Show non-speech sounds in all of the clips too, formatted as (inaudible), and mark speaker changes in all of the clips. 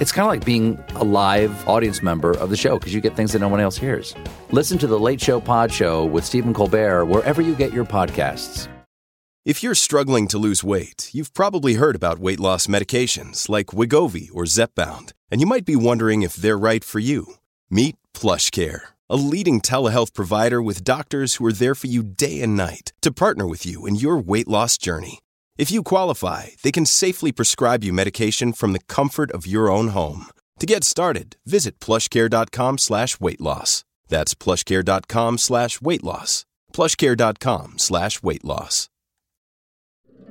Speaker 1: It's kind of like being a live audience member of the show because you get things that no one else hears. Listen to The Late Show Pod Show with Stephen Colbert wherever you get your podcasts.
Speaker 2: If you're struggling to lose weight, you've probably heard about weight loss medications like Wigovi or Zepbound, and you might be wondering if they're right for you. Meet PlushCare, a leading telehealth provider with doctors who are there for you day and night to partner with you in your weight loss journey. If you qualify, they can safely prescribe you medication from the comfort of your own home. To get started, visit plushcare.com slash weight loss. That's plushcare.com slash weight loss. plushcare.com slash weight loss.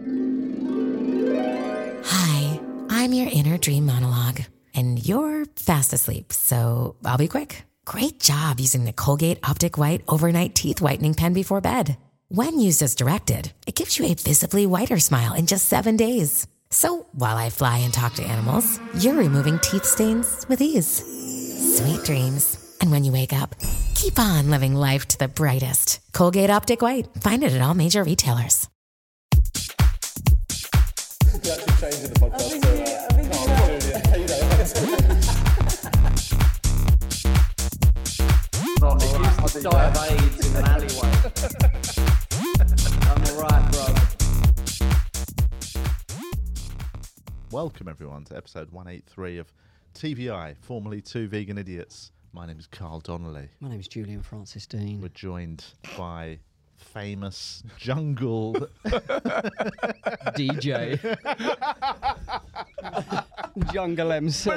Speaker 3: Hi, I'm your inner dream monologue, and you're fast asleep, so I'll be quick. Great job using the Colgate Optic White Overnight Teeth Whitening Pen before bed. When used as directed, it gives you a visibly whiter smile in just seven days. So while I fly and talk to animals, you're removing teeth stains with ease. Sweet dreams. And when you wake up, keep on living life to the brightest. Colgate Optic White. Find it at all major retailers.
Speaker 4: die of AIDS in an alleyway. I'm alright, bro.
Speaker 5: Welcome everyone to episode 183 of TVI, formerly Two Vegan Idiots. My name is Carl Donnelly.
Speaker 6: My name's Julian Francis
Speaker 5: We're
Speaker 6: Dean.
Speaker 5: joined by famous jungle (laughs)
Speaker 6: DJ. (laughs) Jungle MC.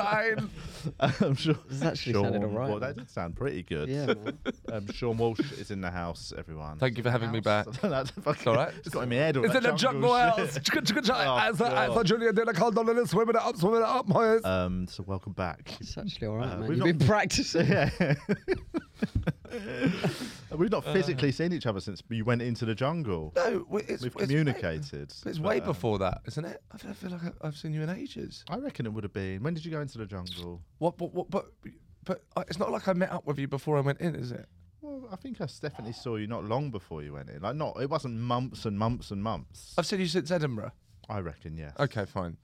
Speaker 5: I'm sure
Speaker 6: This actually sounded all right,
Speaker 5: Well,
Speaker 6: man.
Speaker 5: that did sound pretty good.
Speaker 6: Yeah, man.
Speaker 5: (laughs) Um, Sean Walsh is in the house, everyone.
Speaker 7: Thank you for having
Speaker 5: (laughs)
Speaker 7: me back.
Speaker 5: That's fucking,
Speaker 7: all right.
Speaker 5: It's got in my head. all
Speaker 7: It's
Speaker 5: that
Speaker 7: in the jungle house. (laughs)
Speaker 5: shit.
Speaker 7: I
Speaker 5: Oh, God.
Speaker 7: thought Julia did. I can't do it. Swimming it up, swimming it up, boys.
Speaker 5: (laughs) Um, so welcome back.
Speaker 6: It's actually all right,
Speaker 5: Uh,
Speaker 6: man.
Speaker 5: we've
Speaker 6: You've
Speaker 5: not-
Speaker 6: been practicing.
Speaker 5: (laughs)
Speaker 6: (laughs)
Speaker 5: Yeah. We've
Speaker 7: Uh.
Speaker 5: not physically seen each other since you went into the jungle.
Speaker 7: no, we- it's,
Speaker 5: We've
Speaker 7: it's way-
Speaker 5: communicated.
Speaker 7: It's, way
Speaker 5: but, um,
Speaker 7: before that, isn't it? I feel, I feel like I- I've seen you in ages.
Speaker 5: I reckon it would have been. When did you go into the jungle?
Speaker 7: What? What? what but, but I- it's not like I met up with you before I went in, is it?
Speaker 5: Well, I think I s- definitely saw you not long before you went in. Like, not. It wasn't months and months and months.
Speaker 7: I've seen you since Edinburgh.
Speaker 5: I reckon, yes.
Speaker 7: Okay, fine.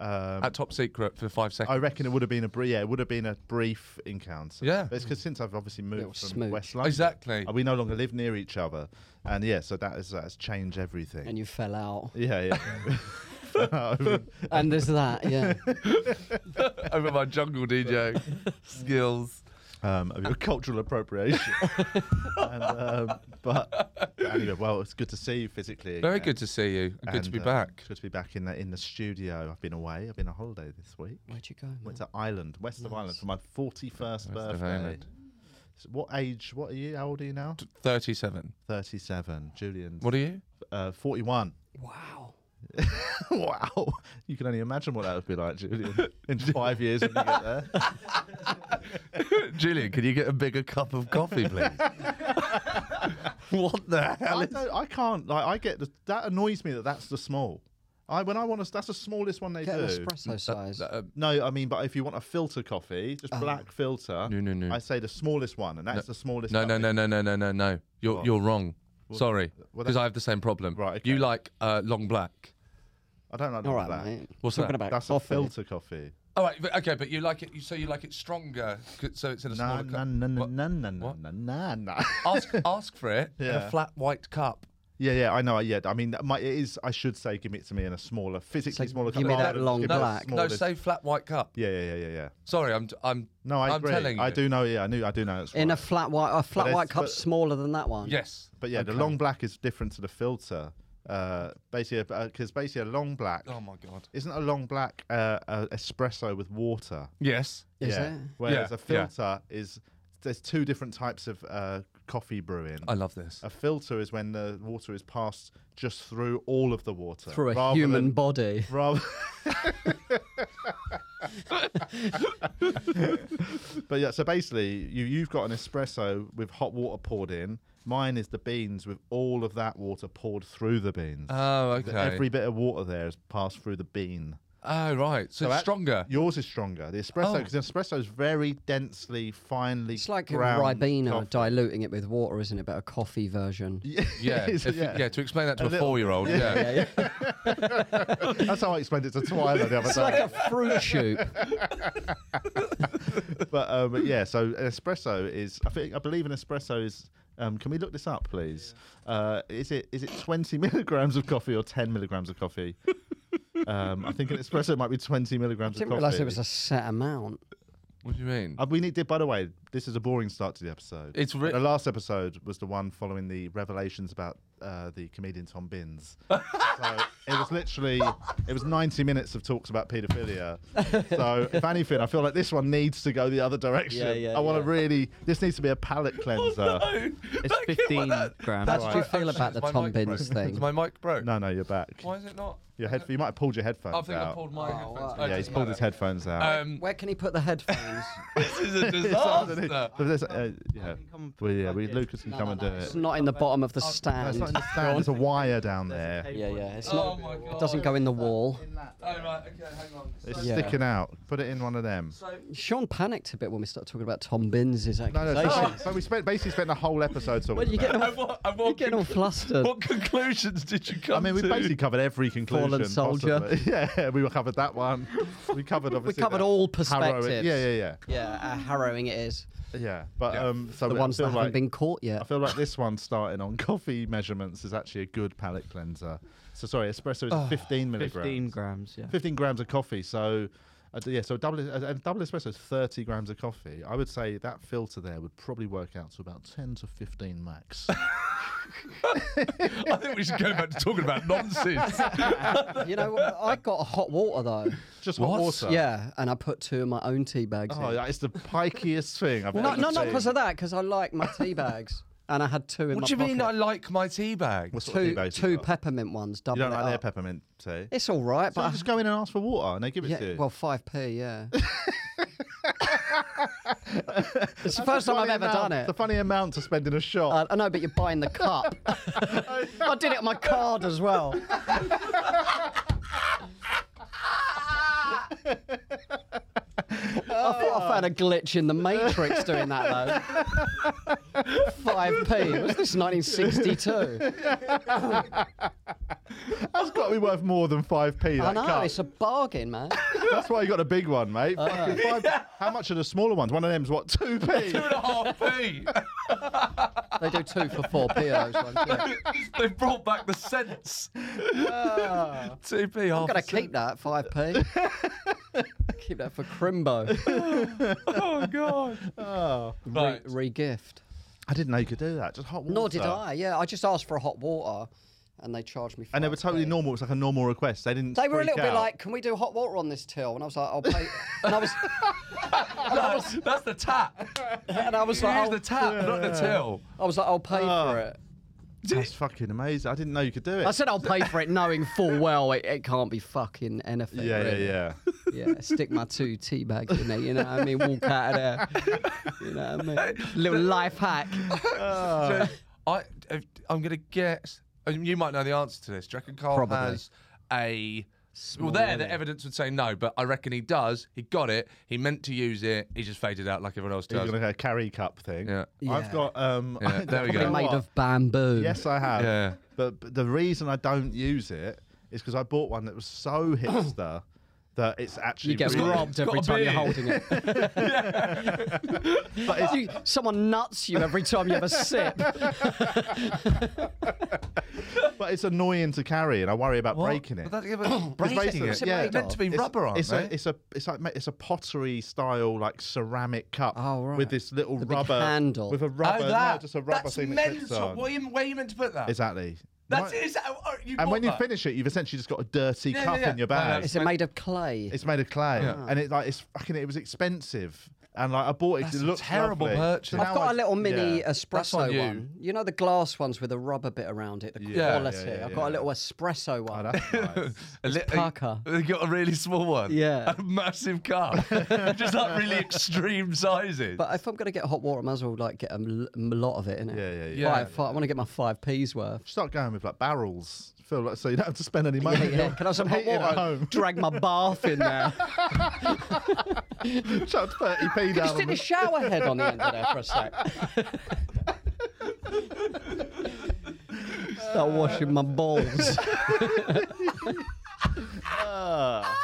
Speaker 5: Um,
Speaker 7: At top secret for five seconds.
Speaker 5: I reckon it would have been a brief. Yeah, it would have been a brief encounter.
Speaker 7: Yeah.
Speaker 5: But it's because since I've obviously
Speaker 6: Little
Speaker 5: moved from
Speaker 6: smooch.
Speaker 5: West London,
Speaker 7: Exactly.
Speaker 5: uh, we no longer live near each other, and yeah, so that is that's changed everything.
Speaker 6: and you fell out.
Speaker 5: yeah, (laughs) Um, yeah.
Speaker 6: And there's that, (laughs) yeah.
Speaker 7: Over my jungle (laughs) DJ skills.
Speaker 5: um, of your cultural appropriation. (laughs) and, um, but anyway, well, it's good to see you physically.
Speaker 7: Very
Speaker 5: again.
Speaker 7: good to see you. and Good to
Speaker 5: And,
Speaker 7: be
Speaker 5: uh,
Speaker 7: back.
Speaker 5: Good to be back in the in the studio. I've been away. I've been on holiday this week.
Speaker 6: Where'd you go, man?
Speaker 5: Went to Ireland, west of Ireland, for my forty-first
Speaker 7: West of
Speaker 5: birthday.
Speaker 7: Ireland.
Speaker 5: So what age? What are you? How old are you now?
Speaker 7: Thirty-seven.
Speaker 5: Thirty-seven. Julian.
Speaker 7: What are you?
Speaker 5: Uh, Forty-one. (laughs)
Speaker 6: Wow.
Speaker 5: wow. You can only imagine what that would be like,
Speaker 7: (laughs)
Speaker 5: Julian, in five years when you get there.
Speaker 7: Julian, can you get a bigger cup of coffee, (laughs) please? what the hell
Speaker 5: I,
Speaker 7: is
Speaker 5: don't, I can't. Like, I get the, that annoys me that that's the small. I when I want to, that's the smallest one they
Speaker 6: Get
Speaker 5: do.
Speaker 6: an espresso size.
Speaker 7: Uh,
Speaker 5: No, I mean, but if you want a filter coffee, just
Speaker 6: Oh.
Speaker 5: black filter.
Speaker 7: No, no, no.
Speaker 5: I say the smallest one, and that's
Speaker 7: No.
Speaker 5: the smallest.
Speaker 7: No, no,
Speaker 5: cup.
Speaker 7: no, no, no, no, no, no. You're
Speaker 5: What?
Speaker 7: you're wrong. Sorry,
Speaker 5: well,
Speaker 7: because
Speaker 5: that-
Speaker 7: I have the same problem.
Speaker 5: Right, okay.
Speaker 7: You like uh, long black.
Speaker 5: I don't like
Speaker 6: all right,
Speaker 5: black.
Speaker 6: mate.
Speaker 7: What's
Speaker 6: Talking
Speaker 7: that?
Speaker 6: about
Speaker 5: That's
Speaker 6: coffee.
Speaker 5: a filter coffee.
Speaker 7: All right, but, okay, but you like it. You So you like it stronger, c- so it's in a
Speaker 5: No,
Speaker 7: smaller
Speaker 5: no,
Speaker 7: cup.
Speaker 5: no, no,
Speaker 7: What?
Speaker 5: no, no, no,
Speaker 7: What?
Speaker 5: no, no, no.
Speaker 7: Ask ask for it in
Speaker 5: Yeah.
Speaker 7: a flat white cup.
Speaker 5: (laughs) Yeah, yeah, I know. Yeah, I mean, that might it is. I should say, give it to me in a smaller, physically
Speaker 6: So
Speaker 5: smaller.
Speaker 6: give
Speaker 5: cup
Speaker 6: me that
Speaker 5: rather than
Speaker 6: long
Speaker 5: give me the
Speaker 7: No,
Speaker 6: black.
Speaker 7: no,
Speaker 5: smallest-
Speaker 7: say flat white cup.
Speaker 5: Yeah, yeah, yeah, yeah, yeah.
Speaker 7: Sorry, I'm I'm
Speaker 5: No, I
Speaker 7: I'm
Speaker 5: agree.
Speaker 7: telling you.
Speaker 5: I do know. Yeah, I knew. I do know. It's
Speaker 6: In a
Speaker 5: right.
Speaker 6: flat white, a flat
Speaker 5: it's-
Speaker 6: white cup
Speaker 5: but-
Speaker 6: smaller than that one.
Speaker 7: Yes.
Speaker 5: But yeah, the long black is different to the filter. Uh, basically, because basically a long black
Speaker 7: Oh my god.
Speaker 5: isn't a long black uh, uh, espresso with water.
Speaker 7: Yes.
Speaker 6: Is
Speaker 5: yeah.
Speaker 6: it?
Speaker 5: Whereas
Speaker 7: Yeah,
Speaker 5: a
Speaker 7: yeah.
Speaker 5: filter is there's two different types of uh, coffee brewing.
Speaker 7: I love this.
Speaker 5: a filter is when the water is passed just through all of the water.
Speaker 8: Through a
Speaker 5: rather
Speaker 8: human
Speaker 5: than-
Speaker 8: body. (laughs)
Speaker 5: (laughs) rather but yeah so basically you you've got an espresso with hot water poured in mine is the beans with all of that water poured through the beans
Speaker 7: Oh,
Speaker 5: The-
Speaker 7: okay.
Speaker 5: every bit of water there is passed through the bean
Speaker 7: oh, right. So, it's
Speaker 5: act- (laughs)
Speaker 7: stronger.
Speaker 5: yours is stronger the espresso
Speaker 7: Oh.
Speaker 5: because the espresso is very densely finely
Speaker 8: It's like a
Speaker 5: ground
Speaker 8: Ribena
Speaker 5: coffee.
Speaker 8: diluting it with water, isn't it? But a coffee version.
Speaker 5: yeah,
Speaker 7: Yeah.
Speaker 5: it's-
Speaker 7: if- yeah.
Speaker 5: yeah.
Speaker 7: To explain that to a,
Speaker 5: little-
Speaker 7: four-year-old. Yeah.
Speaker 5: that's how i explained it to twyla the other
Speaker 8: It's
Speaker 5: day
Speaker 8: like a
Speaker 5: (laughs)
Speaker 8: fruit shoot.
Speaker 5: but um, but yeah, so an espresso is. I think I believe an espresso is. Um, can we look this up, please? Uh, is it is it twenty (laughs) milligrams of coffee or ten milligrams of coffee? um, I think an espresso might be twenty milligrams
Speaker 8: Didn't
Speaker 5: of coffee.
Speaker 8: realise it was a set amount.
Speaker 7: What do you mean?
Speaker 5: Uh, we need. to- By the way, this is a boring start to the episode.
Speaker 7: It's re-
Speaker 5: the last episode was the one following the revelations about uh, the comedian Tom Binns.
Speaker 7: (laughs)
Speaker 5: so it was literally it was ninety minutes of talks about paedophilia. So if anything, I feel like this one needs to go the other direction.
Speaker 8: Yeah, yeah,
Speaker 5: I want to
Speaker 8: yeah.
Speaker 5: really. This needs to be a
Speaker 7: Oh,
Speaker 5: palate
Speaker 7: (laughs)
Speaker 5: cleanser.
Speaker 7: It's
Speaker 9: 15 grams.
Speaker 8: How do you feel about the Tom Bins thing?
Speaker 7: (laughs) my mic broke?
Speaker 5: No, no, you're back.
Speaker 7: Why is it not?
Speaker 5: Your headphone. You might have pulled your headphones
Speaker 7: I think
Speaker 5: out.
Speaker 7: I pulled my headphones.
Speaker 8: wow.
Speaker 7: out.
Speaker 5: yeah, he's pulled his headphones out.
Speaker 7: Um,
Speaker 8: Oh, Where can he put the headphones?
Speaker 7: (laughs)
Speaker 5: (laughs)
Speaker 7: this is a
Speaker 5: Underneath.
Speaker 7: disaster.
Speaker 5: But there's, uh, yeah, well, yeah, we, Lucas can come and do
Speaker 8: it's
Speaker 5: it.
Speaker 8: not in the bottom of the
Speaker 5: No, it's
Speaker 8: stand.
Speaker 5: not in the stand, There's a wire down there.
Speaker 8: Yeah, yeah. It's
Speaker 7: Oh
Speaker 8: not.
Speaker 7: my god.
Speaker 8: It doesn't go in the wall.
Speaker 7: Oh right, okay, hang on.
Speaker 5: It's
Speaker 7: So-
Speaker 8: Yeah.
Speaker 5: sticking out. Put it in one of them.
Speaker 8: Sean panicked a bit when we started talking about Tom Binns'
Speaker 5: no,
Speaker 8: accusation. Oh,
Speaker 5: no. So, so we spent basically spent the whole episode talking.
Speaker 8: When you
Speaker 5: about
Speaker 8: get
Speaker 5: it.
Speaker 7: (laughs) And
Speaker 8: all,
Speaker 7: what, and
Speaker 8: you
Speaker 7: what,
Speaker 8: get all
Speaker 7: conc-
Speaker 8: flustered.
Speaker 7: what conclusions did you come
Speaker 5: I mean, we
Speaker 7: to?
Speaker 5: basically covered every conclusion.
Speaker 8: soldier.
Speaker 5: possibly. (laughs) Yeah, we covered that one. We
Speaker 8: (laughs)
Speaker 5: covered obviously.
Speaker 8: covered
Speaker 5: that
Speaker 8: all
Speaker 5: harrowing-
Speaker 8: perspectives.
Speaker 5: Yeah, yeah,
Speaker 8: Yeah, how harrowing it is.
Speaker 5: yeah, yeah. But um, so
Speaker 8: The
Speaker 5: I
Speaker 8: ones that
Speaker 5: feel
Speaker 8: haven't
Speaker 5: like-
Speaker 8: been caught
Speaker 5: I
Speaker 8: yet.
Speaker 5: feel like this one starting on (laughs) coffee measurements is actually a good palate cleanser. So sorry, espresso is
Speaker 8: Ah,
Speaker 5: 15 milligrams.
Speaker 9: 15 grams, yeah.
Speaker 5: 15 grams of coffee. So, uh, yeah, so a double, a, a double espresso is 30 grams of coffee. I would say that filter there would probably work out to about 10 to
Speaker 8: (laughs)
Speaker 5: 15 max.
Speaker 7: I think we should go back to talking about
Speaker 8: (laughs)
Speaker 7: nonsense.
Speaker 8: you know, I got hot water though.
Speaker 5: Just hot
Speaker 7: What?
Speaker 5: water.
Speaker 8: Yeah, and I put two of my own tea bags
Speaker 5: Oh,
Speaker 8: in.
Speaker 5: yeah, it's the pikiest thing I've
Speaker 8: Well,
Speaker 5: ever
Speaker 8: (laughs) no, no, not
Speaker 5: seen.
Speaker 8: because of that, because I like my tea bags, and I had two in
Speaker 7: what
Speaker 8: my
Speaker 7: do you mean? I
Speaker 8: pocket.
Speaker 7: like my tea bag.
Speaker 5: What sort of tea
Speaker 8: two
Speaker 5: bags you
Speaker 8: two
Speaker 5: got?
Speaker 8: peppermint ones?
Speaker 5: You
Speaker 8: Double
Speaker 5: don't
Speaker 8: it
Speaker 5: like
Speaker 8: up.
Speaker 5: their peppermint tea?
Speaker 8: It's all right,
Speaker 5: So
Speaker 8: but
Speaker 5: you just go in and ask for water and they give it to
Speaker 8: yeah,
Speaker 5: you.
Speaker 8: well, five p, yeah.
Speaker 5: (laughs)
Speaker 8: it's the first time I've
Speaker 5: Funny
Speaker 8: ever
Speaker 5: amount-
Speaker 8: done it. Uh,
Speaker 5: The funny amount to spend in a shop.
Speaker 8: I- I know, but you're buying the
Speaker 5: (laughs)
Speaker 8: cup. I did it on my card as well. I thought I found a glitch in the Matrix doing that though. 5p. Was this 1962?
Speaker 5: That's got to be worth more than
Speaker 8: (laughs)
Speaker 5: 5p.
Speaker 8: I
Speaker 5: That
Speaker 8: know,
Speaker 5: cup.
Speaker 8: it's a bargain, man.
Speaker 5: That's why you got a big one, mate.
Speaker 8: Uh.
Speaker 5: Fucking five- How much are the smaller ones? One of them's what, 2p?
Speaker 7: Two and a half p. (laughs)
Speaker 8: They do two for 4p, those ones. Yeah.
Speaker 7: They've brought back the sense. (laughs) Two p half.
Speaker 8: I'm going
Speaker 7: a
Speaker 8: to keep
Speaker 7: cent.
Speaker 8: that
Speaker 5: (laughs)
Speaker 8: 5p. keep that for Crimbo.
Speaker 7: (laughs) Oh god.
Speaker 5: Oh.
Speaker 7: Right.
Speaker 8: Re gift.
Speaker 5: I didn't know you could do that. Just hot water.
Speaker 8: Nor did I, yeah. I just asked for a hot water and they charged me
Speaker 5: And they were
Speaker 8: 5p.
Speaker 5: totally normal. It was like a normal request. They didn't.
Speaker 8: They were a
Speaker 5: freak
Speaker 8: little bit
Speaker 5: out.
Speaker 8: like, "Can we do hot water on this till?" And I was like, "I'll pay." and
Speaker 5: (laughs)
Speaker 8: I was,
Speaker 7: That's, that's the tap.
Speaker 8: and I was
Speaker 7: Use
Speaker 8: like, I'll,
Speaker 7: the tap, not the till.
Speaker 8: I was like, "I'll pay
Speaker 5: Ah.
Speaker 8: for it."
Speaker 5: That's fucking amazing. I didn't know you could do it.
Speaker 8: I said, "I'll pay for it," knowing full well it, it can't be fucking anything.
Speaker 5: yeah, yeah,
Speaker 8: really. (laughs)
Speaker 5: yeah.
Speaker 8: Yeah, stick my two tea bags in it. You know what I mean? Walk out of there. You know what I
Speaker 5: (laughs)
Speaker 8: mean? Little life hack.
Speaker 5: Uh.
Speaker 7: So, I, if- I'm going to guess. I mean, You might know the answer to this. Do you reckon Carl
Speaker 8: Probably.
Speaker 7: has a. well, there, the evidence would say no, but I reckon he does. He got it. He meant to use it. He just faded out like everyone else
Speaker 5: You're
Speaker 7: does.
Speaker 5: gonna go carry cup thing.
Speaker 7: Yeah.
Speaker 5: I've got. Um, (laughs)
Speaker 7: Yeah, there we
Speaker 5: you
Speaker 7: go.
Speaker 5: know
Speaker 8: Made
Speaker 5: what?
Speaker 8: of bamboo.
Speaker 5: Yes, I have.
Speaker 7: Yeah.
Speaker 5: But, but the reason I don't use it is because I bought one that
Speaker 8: (clears throat)
Speaker 5: was so hipster that it's actually
Speaker 8: You get
Speaker 5: really-
Speaker 8: robbed every
Speaker 7: got a
Speaker 8: time you're
Speaker 7: beard.
Speaker 8: holding
Speaker 5: (laughs)
Speaker 8: it. You- someone nuts you every time you have a sip.
Speaker 5: But it's annoying to carry, and I worry about
Speaker 7: What?
Speaker 5: breaking it.
Speaker 7: But that- yeah, but (clears throat) breaking
Speaker 5: basically-
Speaker 7: it.
Speaker 5: yeah.
Speaker 7: It's meant to be
Speaker 5: It's-
Speaker 7: rubber, aren't
Speaker 5: it's
Speaker 7: they?
Speaker 5: A, it's a it's like ma- it's a pottery style like ceramic cup
Speaker 8: Oh, right.
Speaker 5: with this little
Speaker 8: The big
Speaker 5: rubber
Speaker 8: handle.
Speaker 5: with a rubber
Speaker 7: oh,
Speaker 5: no,
Speaker 7: that.
Speaker 5: just a rubber
Speaker 7: that's
Speaker 5: thing that clips
Speaker 7: mental.
Speaker 5: on.
Speaker 7: Where are, you, where you meant to put that?
Speaker 5: Exactly.
Speaker 7: That's
Speaker 5: Right.
Speaker 7: is that, oh, you
Speaker 5: And
Speaker 7: bought
Speaker 5: when you
Speaker 7: that.
Speaker 5: finish it, you've essentially just got a dirty
Speaker 7: Yeah, yeah,
Speaker 5: cup
Speaker 7: yeah.
Speaker 5: in your
Speaker 7: No, no,
Speaker 5: bag.
Speaker 7: it's-
Speaker 8: Is it made of clay?
Speaker 5: It's made of clay, and it like it's fucking. It was expensive, and like I bought it. 'cause
Speaker 7: That's
Speaker 5: it
Speaker 7: a
Speaker 5: looked
Speaker 7: terrible
Speaker 5: lovely.
Speaker 7: purchase.
Speaker 5: So
Speaker 7: I've
Speaker 5: now
Speaker 8: I've got
Speaker 5: I-
Speaker 8: a little mini
Speaker 5: yeah.
Speaker 8: espresso
Speaker 7: on you.
Speaker 8: one. You know the glass ones with a rubber bit around it, the
Speaker 5: Yeah,
Speaker 8: quality.
Speaker 5: yeah, yeah,
Speaker 8: I've got a
Speaker 5: yeah.
Speaker 8: little espresso
Speaker 5: Oh,
Speaker 8: one.
Speaker 5: (laughs) that's nice.
Speaker 7: (laughs) A li-
Speaker 8: Parker.
Speaker 7: They got a really small one.
Speaker 8: Yeah.
Speaker 7: (laughs) A massive cup. (laughs) Just like really extreme sizes.
Speaker 8: but if I'm gonna get hot water, I might as well like get a m- lot of it in it.
Speaker 5: Yeah, yeah,
Speaker 7: yeah.
Speaker 8: Five, five, I want to get my five p's worth.
Speaker 5: Start going with like barrels. Feel like so you don't have to spend
Speaker 7: (laughs)
Speaker 5: any money.
Speaker 8: Yeah, yeah. Can I have
Speaker 5: (laughs)
Speaker 8: some hot
Speaker 5: Heating
Speaker 8: water?
Speaker 5: at home.
Speaker 8: Drag my bath in there.
Speaker 5: (laughs) Chuck thirty p down.
Speaker 8: Just
Speaker 5: on
Speaker 8: did a
Speaker 5: the-
Speaker 8: shower head on the end of there for a
Speaker 5: (laughs)
Speaker 8: sec. Start washing my balls.
Speaker 5: Ah.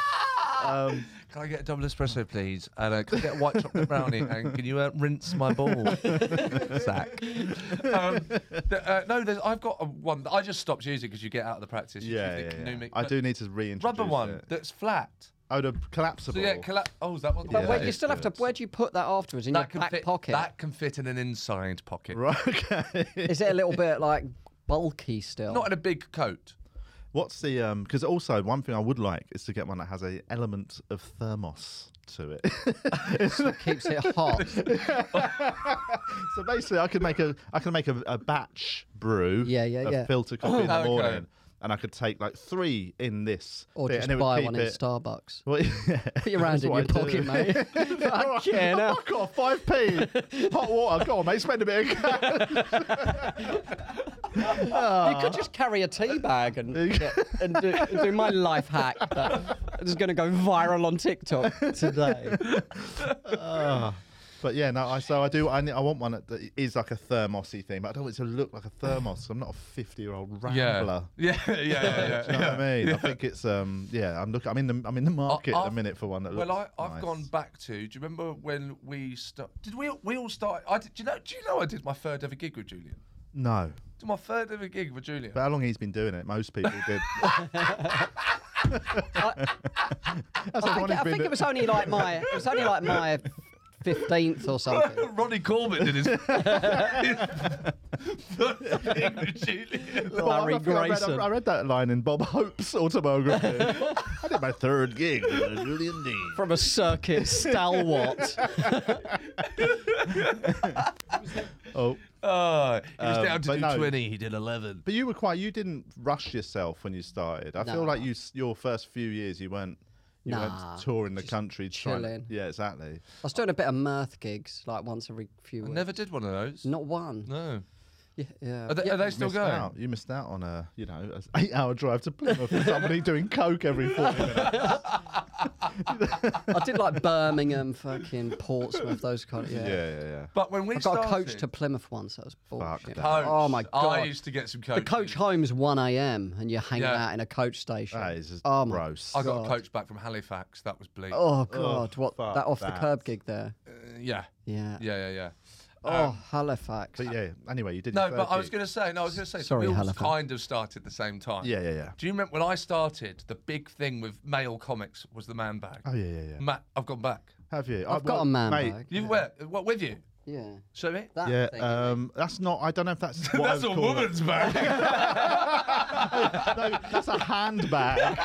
Speaker 7: Ah.
Speaker 5: um,
Speaker 7: Can I get a double espresso, please? And uh, can I get a white chocolate brownie? And can you uh, rinse my ball (laughs) sack? Um, th- uh, no, there's, I've got a one that I just stopped using because you get out of the practice. You
Speaker 5: yeah,
Speaker 7: choose the
Speaker 5: yeah, yeah.
Speaker 7: Knumic-
Speaker 5: I
Speaker 7: but
Speaker 5: do need to reintroduce
Speaker 7: Rubber one
Speaker 5: it.
Speaker 7: that's flat.
Speaker 5: Oh, the collapsible.
Speaker 7: So yeah, colla- oh, is that what?
Speaker 8: (laughs) But
Speaker 5: Yeah,
Speaker 8: where,
Speaker 5: that
Speaker 8: you
Speaker 5: is
Speaker 8: still have to.
Speaker 5: good.
Speaker 8: Where do you put that afterwards in
Speaker 7: that
Speaker 8: your
Speaker 7: can
Speaker 8: back
Speaker 7: fit,
Speaker 8: pocket?
Speaker 7: That can fit in an inside pocket.
Speaker 5: Right. Okay.
Speaker 8: Is it a little bit like bulky still?
Speaker 7: Not in a big coat.
Speaker 5: What's the um? Because also one thing I would like is to get one that has a element of thermos to it. (laughs)
Speaker 8: keeps it
Speaker 7: (laughs)
Speaker 8: hot.
Speaker 5: so basically, I could make a I could make a, a batch brew.
Speaker 8: Yeah, yeah,
Speaker 5: of
Speaker 8: yeah.
Speaker 5: Filter coffee in the
Speaker 7: Oh, Okay.
Speaker 5: morning, and I could take like three in this,
Speaker 8: Or
Speaker 5: bit,
Speaker 8: just
Speaker 5: and it would
Speaker 8: buy
Speaker 5: keep
Speaker 8: one in
Speaker 5: it.
Speaker 8: Starbucks.
Speaker 5: (laughs) Well, yeah,
Speaker 8: Put your hand
Speaker 5: that's
Speaker 8: in your
Speaker 5: what I do. Oh,
Speaker 8: pocket, mate.
Speaker 5: (laughs)
Speaker 8: Fuck yeah, now.
Speaker 5: Fuck off, five p, hot water. Go on, mate, spend a bit. Of cash.
Speaker 8: You could just carry a tea bag and
Speaker 5: (laughs)
Speaker 8: and do, and do my life hack that is going to go viral on TikTok today.
Speaker 5: But yeah, no. I, so I do. I, ne- I want one that- that is like a thermosy thing, but I don't want it to look like a thermos. I'm not a fifty year old rambler.
Speaker 7: Yeah. (laughs) Yeah, yeah, yeah.
Speaker 5: Do you know what I mean? I think it's um yeah. I'm look. I'm in the I'm in the market at
Speaker 7: I've-
Speaker 5: the minute for one that looks.
Speaker 7: Well, I, I've
Speaker 5: nice.
Speaker 7: gone back to. Do you remember when we start? Did we we all start? I did, do you know? Do you know I did my third ever gig with Julian?
Speaker 5: No,
Speaker 7: Did my third ever gig with Julian? (laughs)
Speaker 5: but how long he's been doing it? Most people did. (laughs) That's
Speaker 8: I think, I think it was only like my it was only like my fifteenth or something.
Speaker 7: Ronnie Corbett
Speaker 8: (laughs)
Speaker 7: did his. (laughs) his third gig with Julian.
Speaker 8: Larry
Speaker 5: I, think I read- I
Speaker 8: Grayson.
Speaker 5: read, that line in Bob
Speaker 8: (laughs)
Speaker 5: Hope's autobiography. I did my third gig. with Julian Dean.
Speaker 8: From a circuit stalwart.
Speaker 5: Oh,
Speaker 7: Oh, he was
Speaker 5: Um,
Speaker 7: down to
Speaker 5: but
Speaker 7: do
Speaker 5: no.
Speaker 7: twenty. He did eleven.
Speaker 5: but you were quite. You didn't rush yourself when you started. I
Speaker 8: No.
Speaker 5: feel like you s- your first few years you weren't. You
Speaker 8: Nah,
Speaker 5: weren't touring the country, trying. to-
Speaker 8: chilling.
Speaker 5: Yeah, exactly.
Speaker 8: I was doing a bit of mirth gigs, like once every few
Speaker 7: I
Speaker 8: weeks.
Speaker 7: never did one of those.
Speaker 8: Not one.
Speaker 7: No.
Speaker 8: Yeah, yeah.
Speaker 7: Are they, are they still
Speaker 5: missed
Speaker 7: going?
Speaker 5: out. You missed out on a you know an eight hour drive to Plymouth
Speaker 8: (laughs)
Speaker 5: for somebody doing coke every forty minutes.
Speaker 8: I did like Birmingham, fucking Portsmouth, those kind of. Yeah.
Speaker 5: Yeah, yeah, yeah.
Speaker 7: But when we
Speaker 8: I got a
Speaker 7: started,
Speaker 8: coach to Plymouth once. That was bullshit.
Speaker 5: that.
Speaker 7: Coach.
Speaker 8: Oh my god.
Speaker 7: I used to get some coach.
Speaker 8: the coach home's 1 a.m. and you're hanging
Speaker 7: Yeah.
Speaker 8: out in a coach station.
Speaker 5: That is just
Speaker 8: oh my
Speaker 5: gross.
Speaker 7: I got
Speaker 8: God.
Speaker 7: a coach back from Halifax. That was bleak.
Speaker 8: Oh god, what
Speaker 5: fuck
Speaker 8: that off the
Speaker 5: that.
Speaker 8: curb gig there?
Speaker 7: Yeah.
Speaker 8: Yeah.
Speaker 7: Yeah. Yeah. Yeah.
Speaker 8: Oh Halifax.
Speaker 5: Um, But yeah, anyway, you did.
Speaker 7: No,
Speaker 5: your
Speaker 7: but
Speaker 5: third
Speaker 7: I was
Speaker 5: gig.
Speaker 7: going to say, no, I was going to say, so
Speaker 8: Sorry,
Speaker 7: we all
Speaker 8: Halifax.
Speaker 7: kind of started the same time.
Speaker 5: Yeah, yeah, yeah.
Speaker 7: Do you remember when I started? The big thing with male comics was the man bag.
Speaker 5: Oh yeah, yeah, yeah.
Speaker 7: Matt, I've gone back.
Speaker 5: Have you?
Speaker 8: I've got a man bag.
Speaker 7: You wear what with you?
Speaker 8: Yeah.
Speaker 7: Show me.
Speaker 8: That
Speaker 5: Yeah,
Speaker 8: thing.
Speaker 5: um, that's not. I don't know if
Speaker 7: (laughs)
Speaker 5: that's. What I
Speaker 7: That's
Speaker 5: would
Speaker 7: a
Speaker 5: call it.
Speaker 7: woman's bag.
Speaker 5: (laughs) No, that's a
Speaker 7: (laughs)
Speaker 5: handbag.